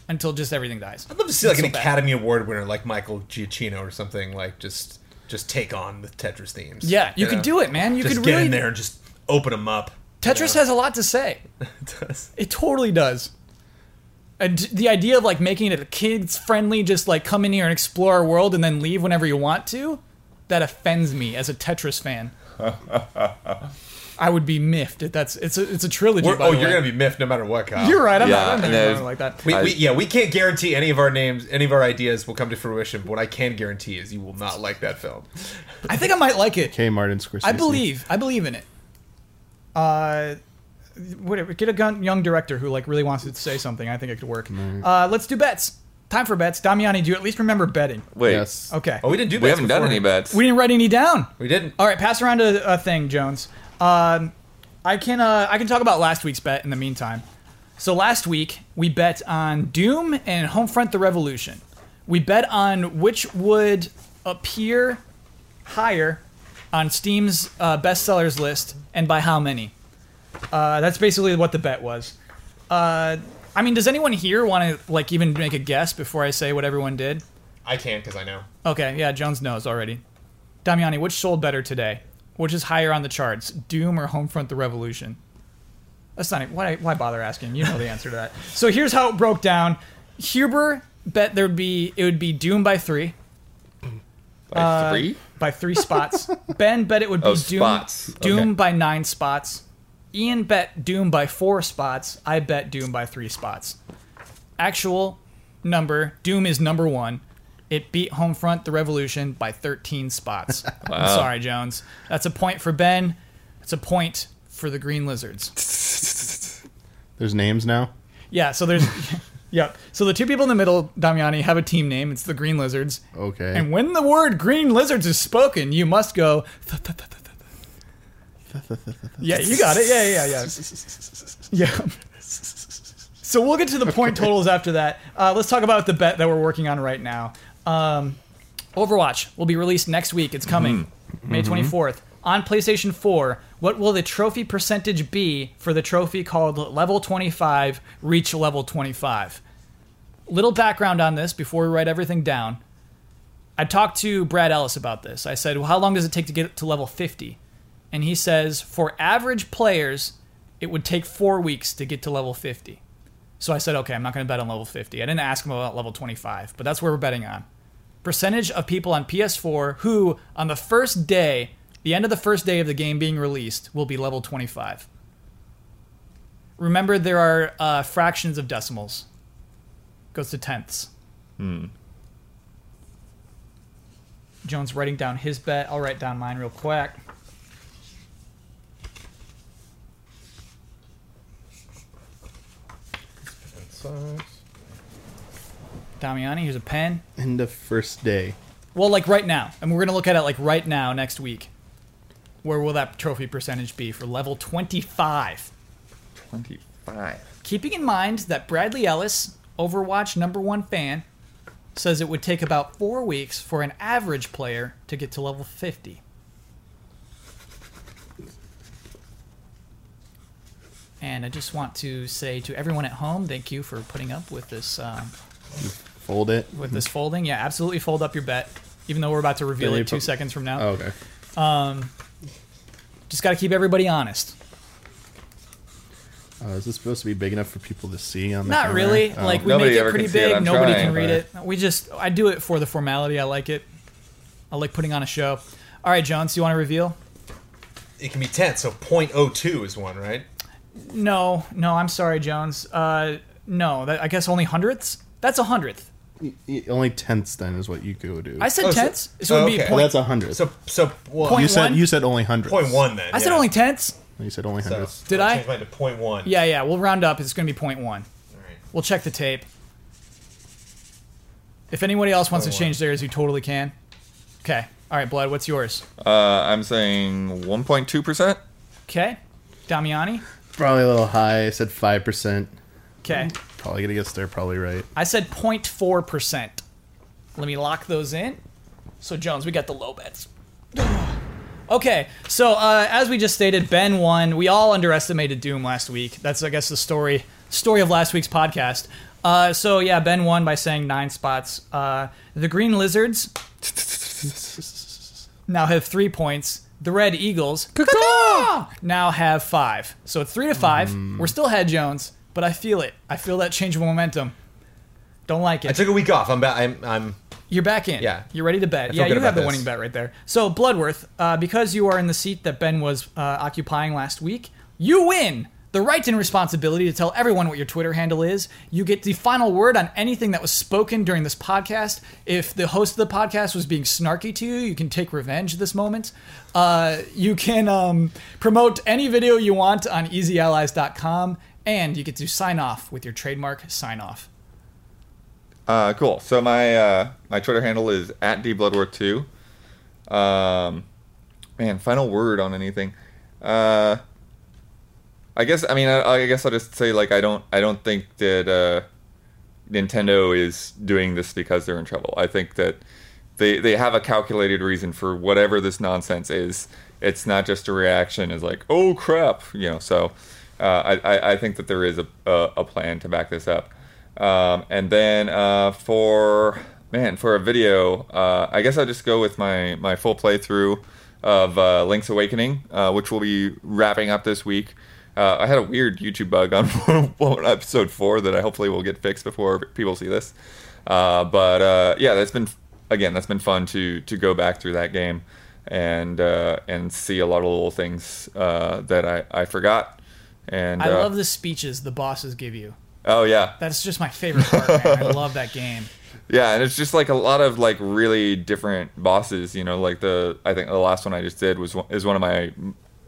until just everything dies.
I'd love to see like an
So bad.
Academy Award winner like Michael Giacchino or something like just just take on the Tetris themes.
Yeah, you could
know?
do it, man. You
just
could
get
really
in there and just open them up.
Tetris has a lot to say.
has.
It totally does. And the idea of like making it kids friendly, just like come in here and explore our world and then leave whenever you want to, that offends me as a Tetris fan. I would be miffed. If that's it's a it's a trilogy.
We're,
by
oh,
the
you're
way.
gonna be miffed no matter what, Kyle.
You're right. I'm
Yeah,
not I'm not doing
and then-
anything like that.
We,
I-
we, yeah, we can't guarantee any of our names, any of our ideas will come to fruition. But what I can guarantee is you will not like that film.
I think I might like it.
K. Martin Scorsese.
I believe. I believe in it. Uh, whatever. Get a gun, young director who like really wants to say something. I think it could work. Uh, let's do bets. Time for bets. Damiani, do you at least remember betting?
Wait,
Yes.
Okay.
Oh, we didn't do.
we
bets
haven't done
before.
any bets.
We didn't write any down.
We didn't.
All right, pass around a, a thing, Jones. Um, I can uh, I can talk about last week's bet in the meantime. So last week we bet on Doom and Homefront: The Revolution. We bet on which would appear higher on Steam's uh, bestsellers list and by how many. Uh, that's basically what the bet was. Uh, I mean, does anyone here want to like even make a guess before I say what everyone did?
I can because I know.
Okay, yeah, Jones knows already. Damiani, which sold better today? Which is higher on the charts, Doom or Homefront: The Revolution? That's not. Why, why bother asking? You know the answer to that. So here's how it broke down. Huber bet there'd be it would be Doom by three,
By three?
by three spots. ben bet it would be
Oh,
Doom
spots. Okay.
Doom by nine spots. Ian bet Doom by four spots. I bet Doom by three spots. Actual number Doom is number one. It beat Homefront the Revolution by 13 spots. I'm sorry, Jones. That's a point for Ben. It's a point for the Green Lizards.
There's names now.
Yeah, so there's. Yep. So the two people in the middle, Damiani, have a team name. It's the Green Lizards.
Okay.
And when the word Green Lizards is spoken, you must go. "Th- th- th- th- th- th- th." Yeah, you got it. Yeah, yeah, yeah. Yeah. So we'll get to the point totals after that. Uh, let's talk about the bet that we're working on right now. Um, Overwatch will be released next week. It's coming May 24th on PlayStation 4. What will the trophy percentage be for the trophy called Level 25 Reach Level 25? Little background on this before we write everything down. I talked to Brad Ellis about this. I said, Well, how long does it take to get to level 50? And he says, For average players, it would take four weeks to get to level 50. So I said, Okay, I'm not going to bet on level 50. I didn't ask him about level 25, but that's where we're betting on. Percentage of people on PS4 who, on the first day, the end of the first day of the game being released, will be level 25. Remember, there are uh, fractions of decimals, goes to tenths. Jones writing down his bet. I'll write down mine real quick. Damiani, here's a pen.
In the first day.
Well, like right now, and we're gonna look at it like right now next week. Where will that trophy percentage be for level 25?
Twenty-five.
Keeping in mind that Bradley Ellis, Overwatch number one fan, says it would take about four weeks for an average player to get to level 50. And I just want to say to everyone at home, thank you for putting up with this um,
Fold it.
with this folding. Yeah, absolutely fold up your bet, even though we're about to reveal
Billy
it two
put-
seconds from now.
Oh, okay.
Just got to keep everybody honest.
Uh, is this supposed to be big enough for people to see on the
Not
camera?
really.
Oh.
Like we
Nobody
make it
ever
pretty
can see it.
big.
I'm
Nobody
trying,
can read it.
but-
We just I do it for the formality. I like it. I like putting on a show. All right, Jones, you want to reveal?
It can be tenth, so 0.02 is one, right?
No, no, I'm sorry, Jones. Uh, no, that, I guess only hundredths. That's a hundredth.
Y- only tenths then is what you go do.
I said
Oh, so-
tenths. So, it would be
okay.
point.
well, that's a hundred.
So so well,
Point
you said
one?
you said only hundreds.
point one then.
I said
yeah.
only tenths.
You said only
So,
hundreds.
Did
I'll
I?
Change mine to point one.
Yeah, yeah. We'll round up. It's going to be point one.
All right.
We'll check the tape. If anybody else wants to change theirs, you totally can. Okay. All right, Blood. What's yours?
Uh, I'm saying one point two percent.
Okay. Damiani.
Probably a little high. I said five percent.
Okay.
Probably gonna guess they're probably right.
I said 0.4%. Let me lock those in. So, Jones, we got the low bets. okay, so uh, as we just stated, Ben won. We all underestimated Doom last week. That's, I guess, the story story of last week's podcast. Uh, so, yeah, Ben won by saying nine spots. Uh, the Green Lizards now have three points. The Red Eagles now have five. So it's three to five. We're still head Jones, but I feel it. I feel that change of momentum. Don't like
I
it.
took a week off. I'm back. I'm, I'm
You're back in.
Yeah.
You're ready to bet.
feel
Yeah,
good
you have
about
the
this.
winning bet right there. So, Bloodworth, uh, because you are in the seat that Ben was uh, occupying last week, you win the right and responsibility to tell everyone what your Twitter handle is. You get the final word on anything that was spoken during this podcast. If the host of the podcast was being snarky to you, you can take revenge this moment. Uh, you can um, promote any video you want on easyallies.com, and you get to sign off with your trademark sign off.
Uh, cool. So my uh, my Twitter handle is at dbloodwar2. Um, man, final word on anything. Uh, I guess I mean I, I guess I'll just say like I don't I don't think that uh, Nintendo is doing this because they're in trouble. I think that they they have a calculated reason for whatever this nonsense is. It's not just a reaction. It's like oh crap, you know. So uh, I, I I think that there is a a, a plan to back this up. Um, and then uh, for man for a video, uh, I guess I'll just go with my my full playthrough of uh, Link's Awakening, uh, which we'll be wrapping up this week. Uh, I had a weird YouTube bug on episode four that I hopefully will get fixed before people see this. Uh, but uh, yeah, that's been again that's been fun to to go back through that game and uh, and see a lot of little things uh, that I, I forgot. And
I
uh,
love the speeches the bosses give you.
oh yeah,
That's just my favorite part, man. I love that game.
Yeah, and it's just like a lot of like really different bosses. You know, like the I think the last one I just did was one, is one of my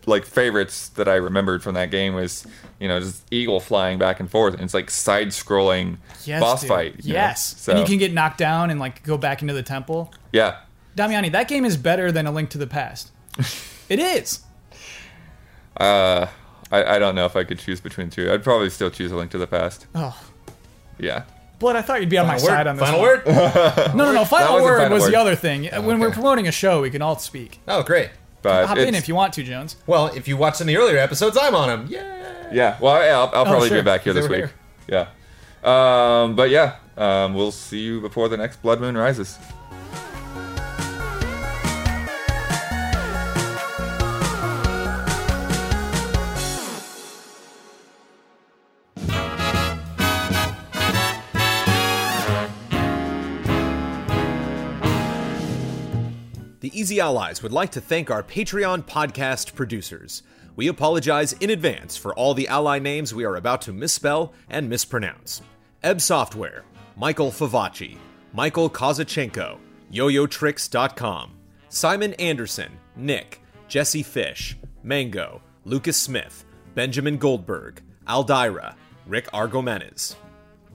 like favorites that I remembered from that game was you know just eagle flying back and forth, and it's like side scrolling
Yes,
boss
dude.
fight. you know?
Yes.
so
And you can get knocked down and like go back into the temple.
yeah,
Damiani, that game is better than A Link to the Past. it is.
uh, I, I don't know if I could choose between the two. I'd probably still choose a link to the past.
Oh.
Yeah,
But I thought you'd be on my
Word.
side on this.
Final
one.
word.
No, no, no.
That
Final
wasn't
word
final
was
word.
the other thing. when we're
okay.
promoting a show, we can all speak.
Oh, great.
but
Hop in
it's-
if you want to, Jones.
Well, if you watched any earlier episodes, I'm on them. Yeah.
Yeah. Well, yeah, I'll, I'll
Oh,
probably
sure,
be back here
'cause
this
they
week.
were
Yeah. Um, but yeah, um, we'll see you before the next Blood Moon rises.
The Easy Allies would like to thank our Patreon podcast producers. We apologize in advance for all the ally names we are about to misspell and mispronounce. Ebb Software, Michael Favacci, Michael Kozachenko, YoYoTricks.com, Simon Anderson, Nick, Jesse Fish, Mango, Lucas Smith, Benjamin Goldberg, Aldira, Rick Argomenes.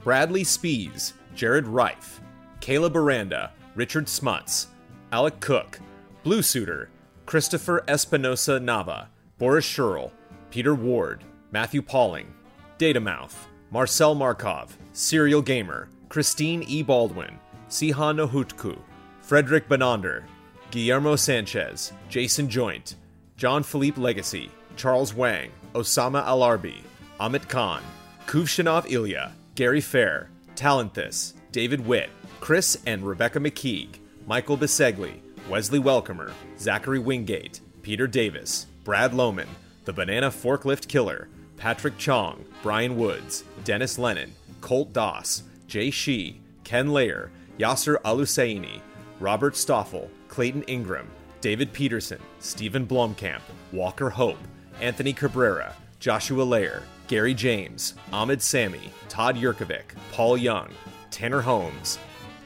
Bradley Spees, Jared Reif, Kayla Baranda, Richard Smuts, Alec Cook, Blue Suitor, Christopher Espinosa Nava, Boris Sherrill, Peter Ward, Matthew Pauling, Datamouth, Marcel Markov, Serial Gamer, Christine E. Baldwin, Sihan Nohutku, Frederick Benander, Guillermo Sanchez, Jason Joint, John Philippe Legacy, Charles Wang, Osama Alarbi, Amit Khan, Kuvshinov Ilya, Gary Fair, Talenthus, David Witt, Chris and Rebecca McKeague, Michael Bisegli, Wesley Welcomer, Zachary Wingate, Peter Davis, Brad Lohman, The Banana Forklift Killer, Patrick Chong, Brian Woods, Dennis Lennon, Colt Doss, Jay Shee, Ken Layer, Yasser Alusaini, Robert Stoffel, Clayton Ingram, David Peterson, Stephen Blomkamp, Walker Hope, Anthony Cabrera, Joshua Layer, Gary James, Ahmed Sami, Todd Yurkovic, Paul Young, Tanner Holmes,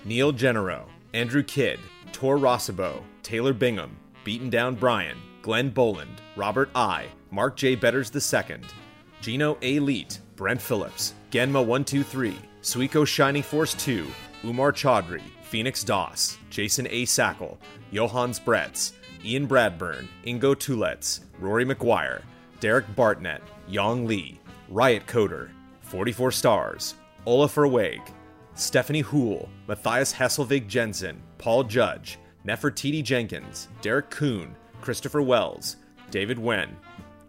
Neil Genero, Andrew Kidd, Tor Rossabo, Taylor Bingham, Beaten Down Brian, Glenn Boland, Robert I, Mark J. Betters II, Gino A. Leet, Brent Phillips, Genma123, Suiko Shiny Force 2, Umar Chaudhry, Phoenix Doss, Jason A. Sackle, Johannes Bretz, Ian Bradburn, Ingo Tulets, Rory McGuire, Derek Bartnett, Yong Lee, Riot Coder, 44 Stars, Olafur Wig, Stephanie Houle, Matthias Hesselvig Jensen, Paul Judge, Nefertiti Jenkins, Derek Kuhn, Christopher Wells, David Wen,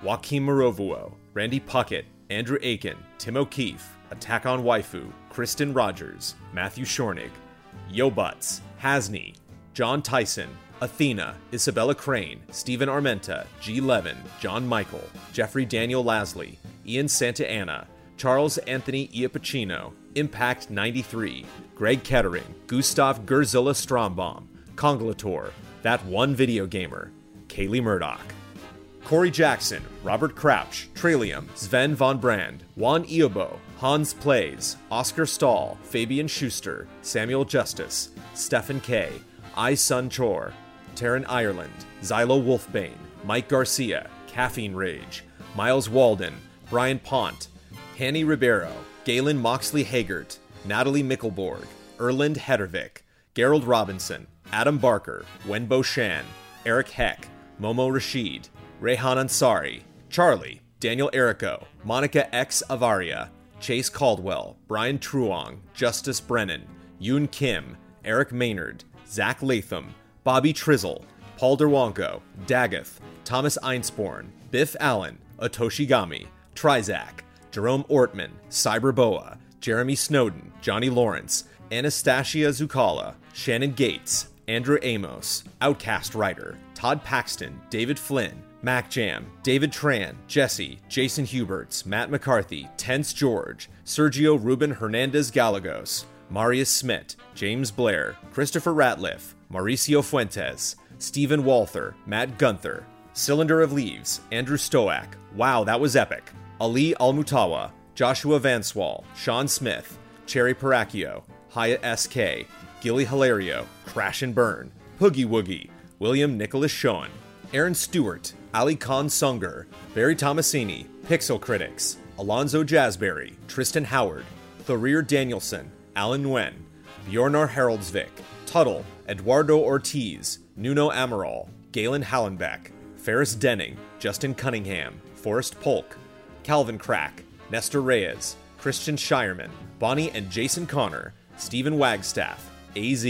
Joaquin Morovuo, Randy Puckett, Andrew Aiken, Tim O'Keefe, Attack on Waifu, Kristen Rogers, Matthew Shornig, Yobutz, Hasney, John Tyson, Athena, Isabella Crane, Stephen Armenta, G. Levin, John Michael, Jeffrey Daniel Lasley, Ian Santa Anna, Charles Anthony Iapicino, Impact 93, Greg Kettering, Gustav Gerzilla Strombaum, Congolator, That One Video Gamer, Kaylee Murdoch. Corey Jackson, Robert Crouch, Trillium, Sven von Brand, Juan Iobo, Hans Plays, Oscar Stahl, Fabian Schuster, Samuel Justice, Stephen K, I Sun Chor, Taryn Ireland, Xylo Wolfbane, Mike Garcia, Caffeine Rage, Miles Walden, Brian Pont, Hanny Ribeiro, Galen Moxley Hagert, Natalie Mickelborg, Erland Hedervik, Gerald Robinson, Adam Barker, Wenbo Shan, Eric Heck, Momo Rashid, Rehan Ansari, Charlie, Daniel Errico, Monica X Avaria, Chase Caldwell, Brian Truong, Justice Brennan, Yoon Kim, Eric Maynard, Zach Latham, Bobby Trizzle, Paul Derwonko, Dagath, Thomas Einsporn, Biff Allen, Otoshi Gami, Trizak, Jerome Ortman, Cyberboa, Jeremy Snowden, Johnny Lawrence, Anastasia Zucala, Shannon Gates, Andrew Amos, Outcast Writer, Todd Paxton, David Flynn, Mac Jam, David Tran, Jesse, Jason Huberts, Matt McCarthy, Tense George, Sergio Ruben Hernandez Gallegos, Marius Smith, James Blair, Christopher Ratliff, Mauricio Fuentes, Stephen Walther, Matt Gunther, Cylinder of Leaves, Andrew Stoak, wow, that was epic, Ali Almutawa, Joshua Vanswall, Sean Smith, Cherry Paracchio, Hyatt SK, Gilly Hilario, Crash and Burn, Poogie Woogie, William Nicholas Schoen, Aaron Stewart, Ali Khan Sunger, Barry Tomasini, Pixel Critics, Alonzo Jazberry, Tristan Howard, Thorir Danielson, Alan Nguyen, Bjornar Haraldsvik, Tuttle, Eduardo Ortiz, Nuno Amaral, Galen Hallenbeck, Ferris Denning, Justin Cunningham, Forrest Polk, Calvin Crack, Nestor Reyes, Christian Shireman, Bonnie and Jason Connor, Stephen Wagstaff, AZ,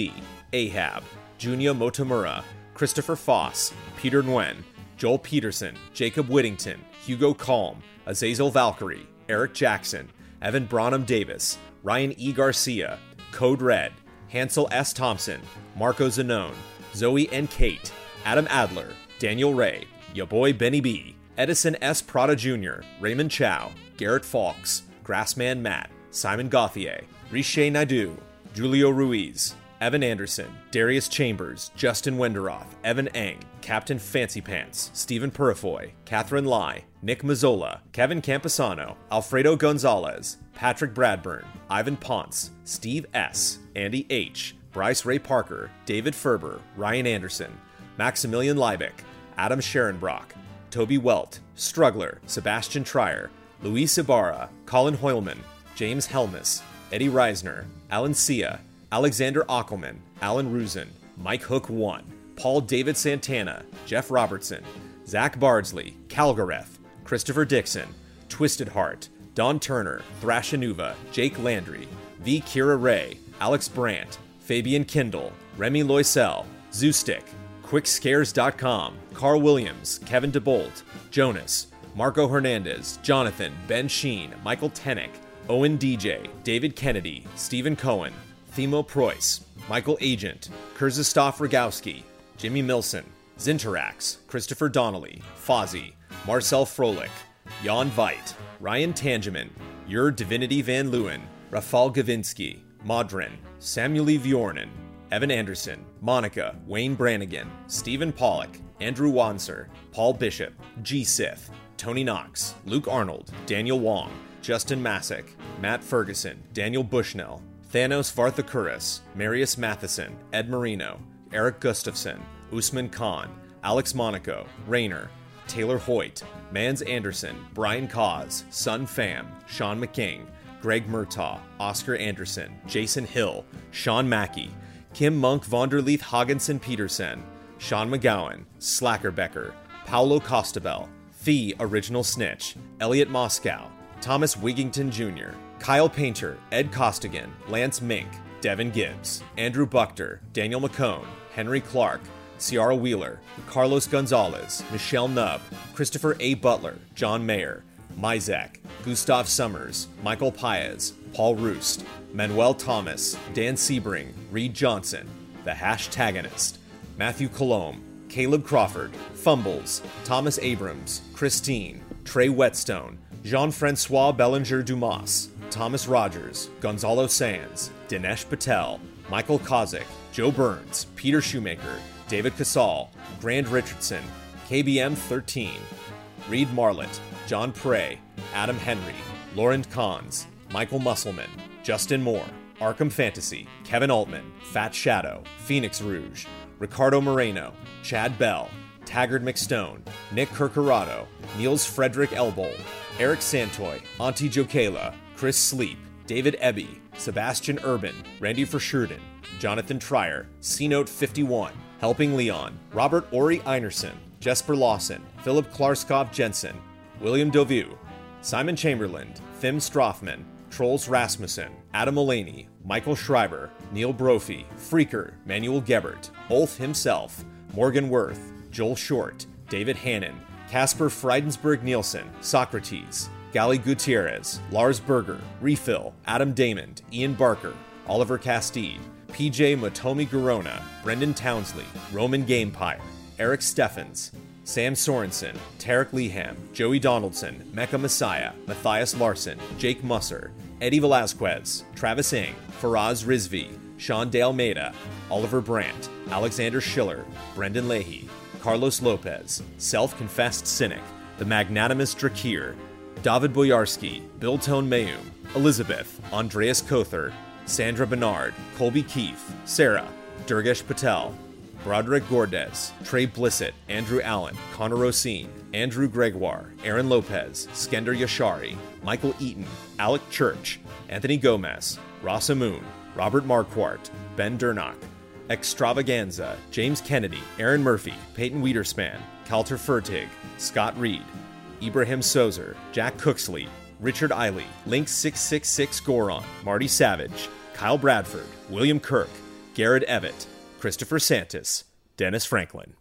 Ahab, Junya Motomura, Christopher Foss, Peter Nguyen, Joel Peterson, Jacob Whittington, Hugo Calm, Azazel Valkyrie, Eric Jackson, Evan Bonham Davis, Ryan E. Garcia, Code Red, Hansel S. Thompson, Marco Zanone, Zoe and Kate, Adam Adler, Daniel Ray, Ya Boy Benny B, Edison S. Prada Jr., Raymond Chow, Garrett Fawkes, Grassman Matt, Simon Gauthier, Riche Naidu, Julio Ruiz, Evan Anderson, Darius Chambers, Justin Wenderoth, Evan Eng, Captain Fancy Pants, Stephen Purifoy, Catherine Lai, Nick Mazzola, Kevin Campisano, Alfredo Gonzalez, Patrick Bradburn, Ivan Ponce, Steve S., Andy H., Bryce Ray Parker, David Ferber, Ryan Anderson, Maximilian Liebeck, Adam Sharonbrock, Toby Welt, Struggler, Sebastian Trier, Luis Ibarra, Colin Hoylman, James Helmus, Eddie Reisner, Alan Sia, Alexander Ockelman, Alan Ruzin, Mike Hook 1, Paul David Santana, Jeff Robertson, Zach Bardsley, Calgareth, Christopher Dixon, Twisted Heart, Don Turner, Thrashanuva, Jake Landry, V. Kira Ray, Alex Brandt, Fabian Kindle, Remy Loisel, Zoostick, QuickScares.com, Carl Williams, Kevin DeBolt, Jonas, Marco Hernandez, Jonathan, Ben Sheen, Michael Tenick, Owen DJ, David Kennedy, Stephen Cohen, Themo Preuss, Michael Agent, Kurzistoff Rogowski, Jimmy Milson, Zinterax, Christopher Donnelly, Fozzie, Marcel Froelich, Jan Veit, Ryan Tangeman, Your Divinity Van Leeuwen, Rafal Gavinsky, Modrin, Samuel E. Vjornen, Evan Anderson, Monica, Wayne Branigan, Stephen Pollock, Andrew Wanser, Paul Bishop, G. Sith, Tony Knox, Luke Arnold, Daniel Wong, Justin Masick, Matt Ferguson, Daniel Bushnell, Thanos Varthakuris, Marius Matheson, Ed Marino, Eric Gustafson, Usman Khan, Alex Monaco, Rayner, Taylor Hoyt, Mans Anderson, Brian Cause, Sun Pham, Sean McKing, Greg Murtaugh, Oscar Anderson, Jason Hill, Sean Mackey, Kim Monk Vonderleith Hogginson Peterson, Sean McGowan, Slackerbecker, Paolo Costabel, The Original Snitch, Elliot Moscow, Thomas Wigington Jr., Kyle Painter, Ed Costigan, Lance Mink, Devin Gibbs, Andrew Buckter, Daniel McCone, Henry Clark, Ciara Wheeler, Carlos Gonzalez, Michelle Nubb, Christopher A. Butler, John Mayer, Mizek, Gustav Summers, Michael Paez, Paul Roost, Manuel Thomas, Dan Sebring, Reed Johnson, The Hashtagonist, Matthew Colomb, Caleb Crawford, Fumbles, Thomas Abrams, Christine, Trey Whetstone, Jean Francois Bellinger Dumas, Thomas Rogers, Gonzalo Sands, Dinesh Patel, Michael Kozik, Joe Burns, Peter Shoemaker, David Casal, Grand Richardson, KBM 13, Reed Marlett, John Prey, Adam Henry, Lauren Kahns, Michael Musselman, Justin Moore, Arkham Fantasy, Kevin Altman, Fat Shadow, Phoenix Rouge, Ricardo Moreno, Chad Bell, Taggart McStone, Nick Kirkorado, Niels Frederick Elbold, Eric Santoy, Auntie Jokela, Chris Sleep, David Ebby, Sebastian Urban, Randy Verschurden, Jonathan Trier, C Note 51, Helping Leon, Robert Ori Einerson, Jesper Lawson, Philip Klarskov Jensen, William Dovu, Simon Chamberland, Thim Strothman, Trolls Rasmussen, Adam Mulaney, Michael Schreiber, Neil Brophy, Freaker, Manuel Gebert, Ulf himself, Morgan Worth, Joel Short, David Hannon, Casper Friedensberg Nielsen, Socrates, Gali Gutierrez, Lars Berger, Refill, Adam Damon, Ian Barker, Oliver Castide, PJ Matomi Garona, Brendan Townsley, Roman Gamepire, Eric Steffens, Sam Sorensen, Tarek Leham, Joey Donaldson, Mecca Messiah, Matthias Larson, Jake Musser, Eddie Velazquez, Travis Ng, Faraz Rizvi, Sean Dale Maida, Oliver Brandt, Alexander Schiller, Brendan Leahy, Carlos Lopez, Self Confessed Cynic, The Magnanimous Drakir, David Boyarsky, Bill Tone Mayum, Elizabeth, Andreas Kother, Sandra Bernard, Colby Keefe, Sarah, Durgesh Patel, Broderick Gordes, Trey Blissett, Andrew Allen, Connor Rosine, Andrew Gregoire, Aaron Lopez, Skender Yashari, Michael Eaton, Alec Church, Anthony Gomez, Rossa Moon, Robert Marquardt, Ben Durnock, Extravaganza, James Kennedy, Aaron Murphy, Peyton Wiederspan, Calter Fertig, Scott Reed, Ibrahim Sozer, Jack Cooksley, Richard Eiley, Link666 Goron, Marty Savage, Kyle Bradford, William Kirk, Garrett Evett, Christopher Santis, Dennis Franklin.